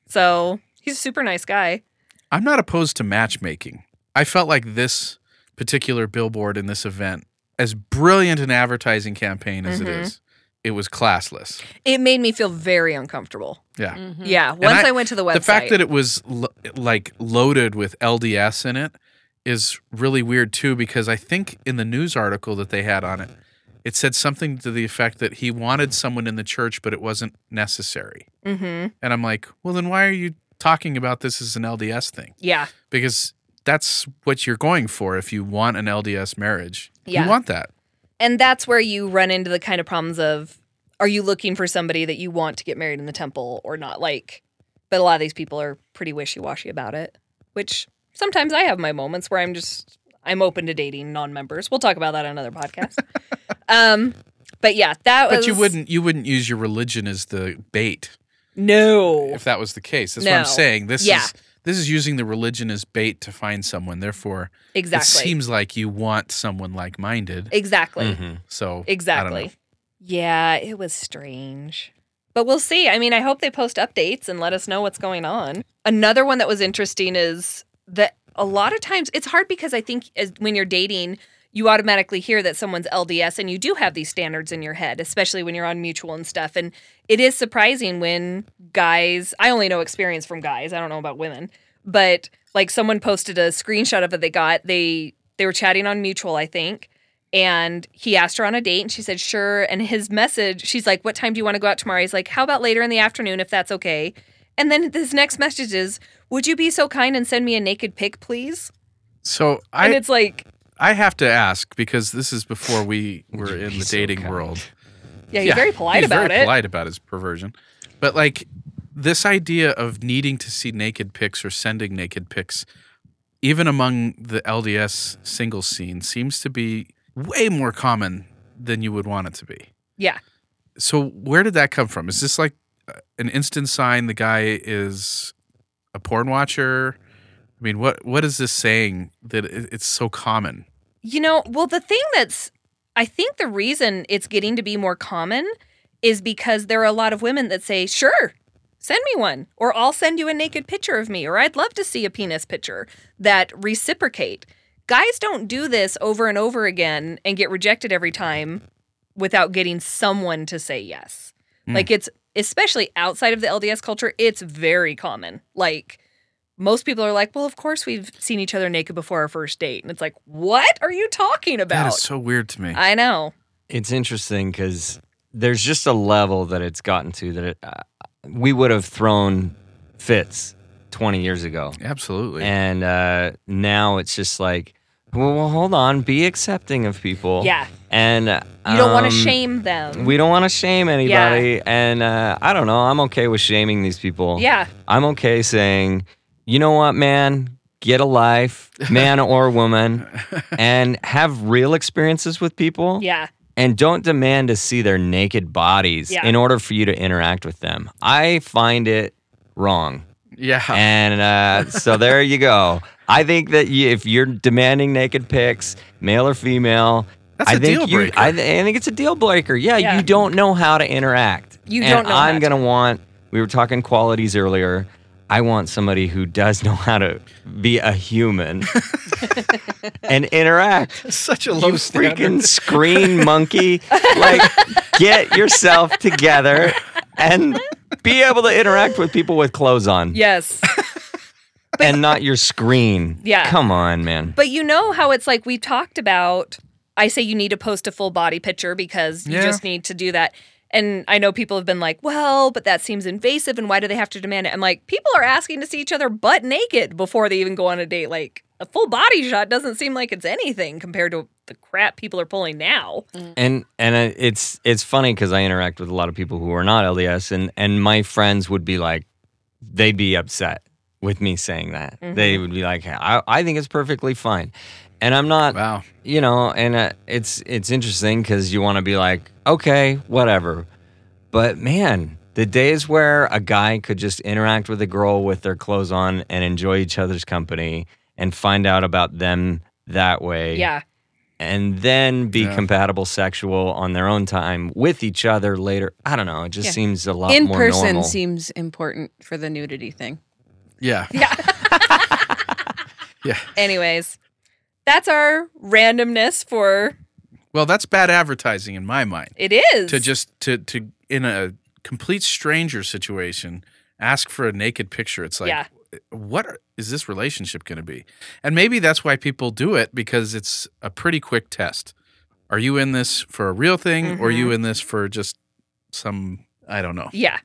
[SPEAKER 3] so he's a super nice guy.
[SPEAKER 2] I'm not opposed to matchmaking. I felt like this particular billboard in this event, as brilliant an advertising campaign as it
[SPEAKER 3] Mhm.
[SPEAKER 2] is, it was classless.
[SPEAKER 3] It made me feel very uncomfortable.
[SPEAKER 2] Yeah.
[SPEAKER 5] Mhm.
[SPEAKER 3] Yeah, once
[SPEAKER 2] Mm-hmm. I-
[SPEAKER 3] I, went to the website,
[SPEAKER 2] the fact that it was lo- like loaded with LDS in it is really weird too because I think in the news article that they had on it it said something to the effect that he wanted someone in the church but it wasn't necessary.
[SPEAKER 3] mm-hmm,
[SPEAKER 2] And I'm like, "Well, then why are you talking about this as an LDS thing?"
[SPEAKER 3] yeah,
[SPEAKER 2] Because that's what you're going for if you want an LDS marriage.
[SPEAKER 3] Yeah.
[SPEAKER 2] You want that.
[SPEAKER 3] and that's where you run into the kind of problems of are you looking for somebody that you want to get married in the temple or not? Like, but a lot of these people are pretty wishy washy about it, which sometimes I have my moments where I'm just I'm open to dating non members. We'll talk about that on
[SPEAKER 2] [laughs]
[SPEAKER 3] another podcast. um, but yeah, that was
[SPEAKER 2] But you wouldn't you wouldn't use your religion as the bait.
[SPEAKER 3] no
[SPEAKER 2] if that was the case. That's what I'm
[SPEAKER 3] No.
[SPEAKER 2] saying. This
[SPEAKER 3] Yeah.
[SPEAKER 2] is this is using the religion as bait to find someone. Therefore,
[SPEAKER 3] exactly
[SPEAKER 2] it seems like you want someone like minded.
[SPEAKER 3] Exactly.
[SPEAKER 1] Mhm.
[SPEAKER 2] So I don't know.
[SPEAKER 3] Exactly. Yeah, it was strange. But we'll see. I mean, I hope they post updates and let us know what's going on. Another one that was interesting is that a lot of times it's hard because I think as when you're dating, you automatically hear that someone's LDS and you do have these standards in your head, especially when you're on mutual and stuff. And it is surprising when guys, I only know experience from guys, I don't know about women, but like someone posted a screenshot of it they got. They they were chatting on mutual, I think, and he asked her on a date and she said sure and his message she's like what time do you want to go out tomorrow he's like how about later in the afternoon if that's okay and then his next message is would you be so kind and send me a naked pic please
[SPEAKER 2] So
[SPEAKER 3] and
[SPEAKER 2] I
[SPEAKER 3] it's like
[SPEAKER 2] I have to ask because this is before we were
[SPEAKER 1] you
[SPEAKER 2] in
[SPEAKER 1] be
[SPEAKER 2] the
[SPEAKER 1] so
[SPEAKER 2] dating
[SPEAKER 1] kind?
[SPEAKER 2] world.
[SPEAKER 3] yeah he's very polite
[SPEAKER 2] he's
[SPEAKER 3] about
[SPEAKER 2] very
[SPEAKER 3] it
[SPEAKER 2] Polite about his perversion, but like this idea of needing to see naked pics or sending naked pics, even among the LDS single scene, seems to be way more common than you would want it to be.
[SPEAKER 3] Yeah.
[SPEAKER 2] So where did that come from? Is this like uh, an instant sign the guy is a porn watcher? I mean, what what is this saying that it- it's so common?
[SPEAKER 3] You know, well, the thing that's, I think the reason it's getting to be more common is because there are a lot of women that say, sure, send me one, or I'll send you a naked picture of me, or I'd love to see a penis picture that reciprocate. Guys don't do this over and over again and get rejected every time without getting someone to say yes.
[SPEAKER 2] Mm.
[SPEAKER 3] Like it's, especially outside of the LDS culture, it's very common. Like, most people are like, well, of course we've seen each other naked before our first date. And it's like, what are you talking
[SPEAKER 2] That
[SPEAKER 3] about?
[SPEAKER 2] is so weird to me.
[SPEAKER 3] I know.
[SPEAKER 1] It's interesting because there's just a level that it's gotten to that it, uh, we would have thrown fits 20 years ago.
[SPEAKER 2] Absolutely.
[SPEAKER 1] And uh, now it's just like, well, well, hold on, be accepting of people.
[SPEAKER 3] Yeah.
[SPEAKER 1] And um, you
[SPEAKER 3] You don't want to
[SPEAKER 2] Um,
[SPEAKER 3] shame them.
[SPEAKER 1] Mm-hmm. We don't want to shame anybody. And uh, I don't know. I'm okay with shaming these people.
[SPEAKER 3] yeah.
[SPEAKER 1] I'm okay saying, you know what, man, get a life, man
[SPEAKER 3] [laughs]
[SPEAKER 1] or woman, and have real experiences with people.
[SPEAKER 3] Yeah.
[SPEAKER 1] And don't demand to see their naked bodies
[SPEAKER 3] Yeah.
[SPEAKER 1] in order for you to interact with them. I find it wrong.
[SPEAKER 2] yeah.
[SPEAKER 1] [laughs] And uh, so there you go. I think that you, if you're demanding naked pics, male or female,
[SPEAKER 2] That's
[SPEAKER 1] I
[SPEAKER 2] a
[SPEAKER 1] think
[SPEAKER 2] deal
[SPEAKER 1] you,
[SPEAKER 2] breaker.
[SPEAKER 1] I, th- I think it's a deal breaker. Yeah,
[SPEAKER 3] Yeah.
[SPEAKER 1] you don't know how to interact.
[SPEAKER 3] You
[SPEAKER 1] And
[SPEAKER 3] don't know how
[SPEAKER 1] I'm
[SPEAKER 3] to.
[SPEAKER 1] gonna want. We were talking qualities earlier. I want somebody who does know how to be a human
[SPEAKER 3] [laughs]
[SPEAKER 1] and
[SPEAKER 2] [laughs]
[SPEAKER 1] interact.
[SPEAKER 2] Such a
[SPEAKER 1] You
[SPEAKER 2] low
[SPEAKER 1] freaking
[SPEAKER 2] standard.
[SPEAKER 1] screen monkey! Like, get yourself together and be able to interact with people with clothes
[SPEAKER 2] [laughs]
[SPEAKER 1] on
[SPEAKER 3] Yes.
[SPEAKER 1] and not your screen.
[SPEAKER 3] Yeah.
[SPEAKER 1] Come on, man.
[SPEAKER 3] but you know how it's like we talked about I say you need to post a full body picture because you
[SPEAKER 2] Yeah.
[SPEAKER 3] just need to do that. And I know people have been like, well, but that seems invasive and why do they have to demand it? I'm like, people are asking to see each other butt naked before they even go on a date. Like a full body shot doesn't seem like it's anything compared to the crap people are pulling now.
[SPEAKER 1] And and I- it's it's funny because I interact with a lot of people who are not LDS, and and my friends would be like, they'd be upset with me saying that.
[SPEAKER 3] Mm-hmm.
[SPEAKER 1] They would be like, I, I think it's perfectly fine, and I'm not,
[SPEAKER 2] Wow.
[SPEAKER 1] you know, and uh, it's it's interesting because you want to be like, okay, whatever, but man. The days where a guy could just interact with a girl with their clothes on and enjoy each other's company and find out about them that way.
[SPEAKER 3] Yeah.
[SPEAKER 1] and then be
[SPEAKER 2] Yeah.
[SPEAKER 1] compatible sexual on their own time with each other later. I don't know. It just
[SPEAKER 5] Yeah.
[SPEAKER 1] seems a lot
[SPEAKER 5] In
[SPEAKER 1] more
[SPEAKER 5] person
[SPEAKER 1] normal.
[SPEAKER 5] seems important for the nudity
[SPEAKER 1] [laughs]
[SPEAKER 5] thing.
[SPEAKER 2] Yeah.
[SPEAKER 3] [laughs] Yeah.
[SPEAKER 2] Yeah.
[SPEAKER 3] Anyways, that's our randomness for
[SPEAKER 2] Well, that's bad advertising in my mind.
[SPEAKER 3] it is.
[SPEAKER 2] To just to to in a complete stranger situation ask for a naked picture. It's like
[SPEAKER 3] Yeah.
[SPEAKER 2] what are- is this relationship going to be? And maybe that's why people do it because it's a pretty quick test. Are you in this for a real thing or are
[SPEAKER 3] Mm-hmm.
[SPEAKER 2] you in this for just some I don't know.
[SPEAKER 3] Yeah.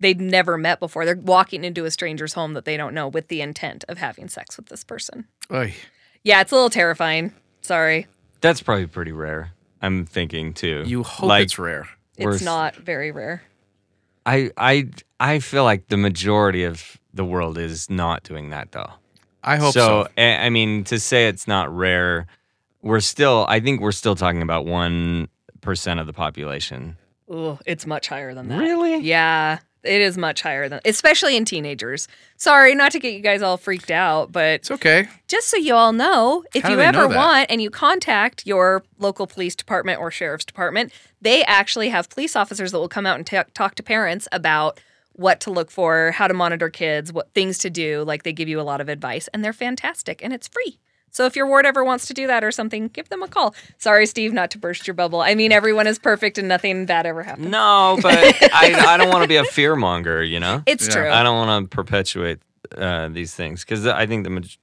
[SPEAKER 3] They'd never met before. They're walking into a stranger's home that they don't know with the intent of having sex with this person.
[SPEAKER 2] Oy.
[SPEAKER 3] Yeah, it's a little terrifying. Sorry.
[SPEAKER 1] That's probably pretty rare. I'm thinking too.
[SPEAKER 2] You hope
[SPEAKER 1] like,
[SPEAKER 2] it's rare.
[SPEAKER 3] It's
[SPEAKER 1] Worth-
[SPEAKER 3] not very rare.
[SPEAKER 1] I I I feel like the majority of the world is not doing that though.
[SPEAKER 2] I hope so.
[SPEAKER 1] so, I I mean, to say it's not rare, we're still. I think we're still talking about one percent of the population.
[SPEAKER 2] [laughs]
[SPEAKER 3] Ooh, it's much higher than that.
[SPEAKER 1] Really?
[SPEAKER 3] Yeah. It is much higher than, especially in teenagers. Sorry, not to get you guys all freaked out, but
[SPEAKER 2] It's okay.
[SPEAKER 3] just so you all know, if
[SPEAKER 2] How do
[SPEAKER 3] you
[SPEAKER 2] they know
[SPEAKER 3] ever
[SPEAKER 2] that?
[SPEAKER 3] want and you contact your local police department or sheriff's department, they actually have police officers that will come out and ta- talk to parents about what to look for, how to monitor kids, what things to do. Like they give you a lot of advice, and they're fantastic, and it's free. So if your ward ever wants to do that or something, give them a call. Sorry, Steve, not to burst your bubble. I mean, everyone is perfect and nothing bad ever happens.
[SPEAKER 1] No, but I, I don't want to be a fear monger, you know?
[SPEAKER 3] It's
[SPEAKER 2] Yeah.
[SPEAKER 3] true.
[SPEAKER 1] I don't want to perpetuate uh, these things because I think the maj-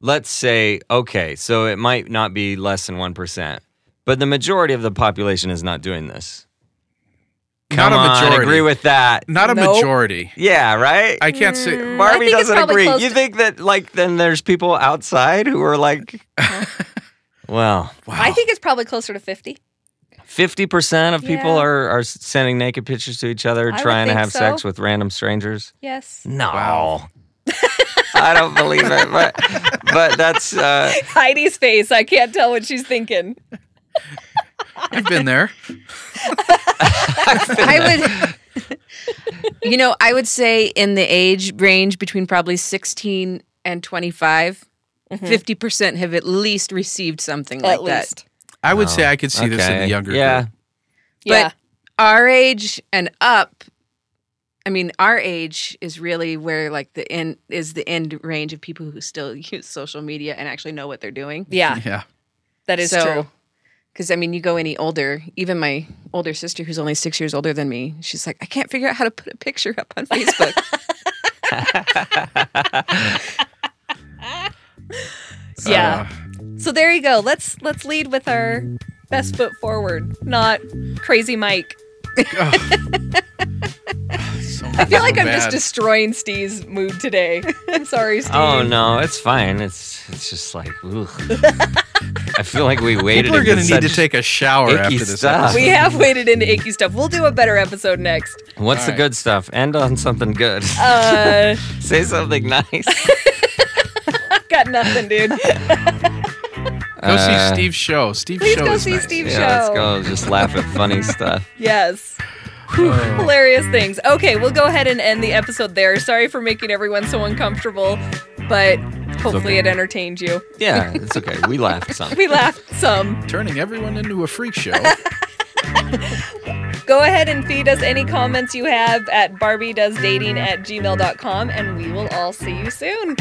[SPEAKER 1] let's say okay, so it might not be less than one percent, but the majority of the population is not doing this.
[SPEAKER 2] Not
[SPEAKER 1] Come
[SPEAKER 2] a
[SPEAKER 1] on,
[SPEAKER 2] majority.
[SPEAKER 1] agree with that.
[SPEAKER 2] Not a
[SPEAKER 3] Nope.
[SPEAKER 2] majority.
[SPEAKER 1] Yeah, right.
[SPEAKER 2] I can't say.
[SPEAKER 3] Mm, I
[SPEAKER 1] Barbie
[SPEAKER 3] think it's
[SPEAKER 1] doesn't
[SPEAKER 3] probably
[SPEAKER 1] agree.
[SPEAKER 3] close
[SPEAKER 1] You
[SPEAKER 3] to-
[SPEAKER 1] think that like then there's people outside who
[SPEAKER 2] [laughs]
[SPEAKER 1] are like, well,
[SPEAKER 2] Wow.
[SPEAKER 3] I think it's probably closer to 50.
[SPEAKER 1] fifty percent of people
[SPEAKER 3] Yeah.
[SPEAKER 1] are are sending naked pictures to each other,
[SPEAKER 3] I would
[SPEAKER 1] trying to
[SPEAKER 3] think
[SPEAKER 1] have
[SPEAKER 3] so.
[SPEAKER 1] sex with random strangers.
[SPEAKER 3] Yes.
[SPEAKER 1] No.
[SPEAKER 2] Wow.
[SPEAKER 1] [laughs] I don't believe it, but but that's uh,
[SPEAKER 3] Heidi's face, I can't tell what she's thinking.
[SPEAKER 2] I've been there.
[SPEAKER 5] I would, [laughs] you know, I would say in the age range between probably 16 and 25, 50% have at least received something like
[SPEAKER 3] Mm-hmm. At
[SPEAKER 5] that.
[SPEAKER 3] least.
[SPEAKER 2] I would say I could see this in the
[SPEAKER 1] Oh, okay,
[SPEAKER 2] younger
[SPEAKER 1] Yeah,
[SPEAKER 2] group.
[SPEAKER 3] Yeah.
[SPEAKER 5] But our age and up, I mean, our age is really where like the end is the end range of people who still [laughs] use social media and actually know what they're doing.
[SPEAKER 3] yeah,
[SPEAKER 2] Yeah.
[SPEAKER 3] that is true.
[SPEAKER 5] Because I mean, you go any older, even my older sister, who's only six years older than me, she's like, I can't figure out how to put a picture up on Facebook.
[SPEAKER 3] Yeah.
[SPEAKER 2] Uh,
[SPEAKER 3] So there you go. Let's let's lead with our best foot forward, not crazy Mike.
[SPEAKER 2] so
[SPEAKER 3] I feel like I'm
[SPEAKER 2] bad.
[SPEAKER 3] just destroying Steve's mood today. [laughs] I'm sorry, Steve.
[SPEAKER 1] Oh no, it's fine. It's it's just like ugh. I feel like we waited.
[SPEAKER 2] People are
[SPEAKER 1] going
[SPEAKER 2] gonna need to take a shower
[SPEAKER 1] icky
[SPEAKER 2] after this.
[SPEAKER 1] stuff.
[SPEAKER 2] episode.
[SPEAKER 3] We have waded into icky stuff. We'll do a better episode next.
[SPEAKER 1] What's the
[SPEAKER 2] Alright.
[SPEAKER 1] good stuff? End on something good.
[SPEAKER 3] Uh,
[SPEAKER 1] [laughs]
[SPEAKER 3] [laughs]
[SPEAKER 1] Say something nice.
[SPEAKER 3] got nothing,
[SPEAKER 1] [laughs]
[SPEAKER 3] dude.
[SPEAKER 2] Go
[SPEAKER 1] Uh,
[SPEAKER 2] see Steve's show. Steve's
[SPEAKER 3] Please
[SPEAKER 2] show
[SPEAKER 3] go
[SPEAKER 2] is
[SPEAKER 3] see
[SPEAKER 2] nice.
[SPEAKER 3] Steve's
[SPEAKER 1] Yeah, let's
[SPEAKER 3] show.
[SPEAKER 1] go. Just laugh at [laughs] funny stuff.
[SPEAKER 3] Yes. [laughs] Hilarious things. Okay, we'll go ahead and end the episode there. Sorry for making everyone so uncomfortable, but hopefully
[SPEAKER 1] okay.
[SPEAKER 3] it entertained you.
[SPEAKER 1] Yeah, it's okay. We laughed some.
[SPEAKER 3] We laughed some.
[SPEAKER 2] Turning everyone into a freak show.
[SPEAKER 3] Go ahead and feed us any comments you have at barbiedoesdating at gmail.com, and we will all see you soon.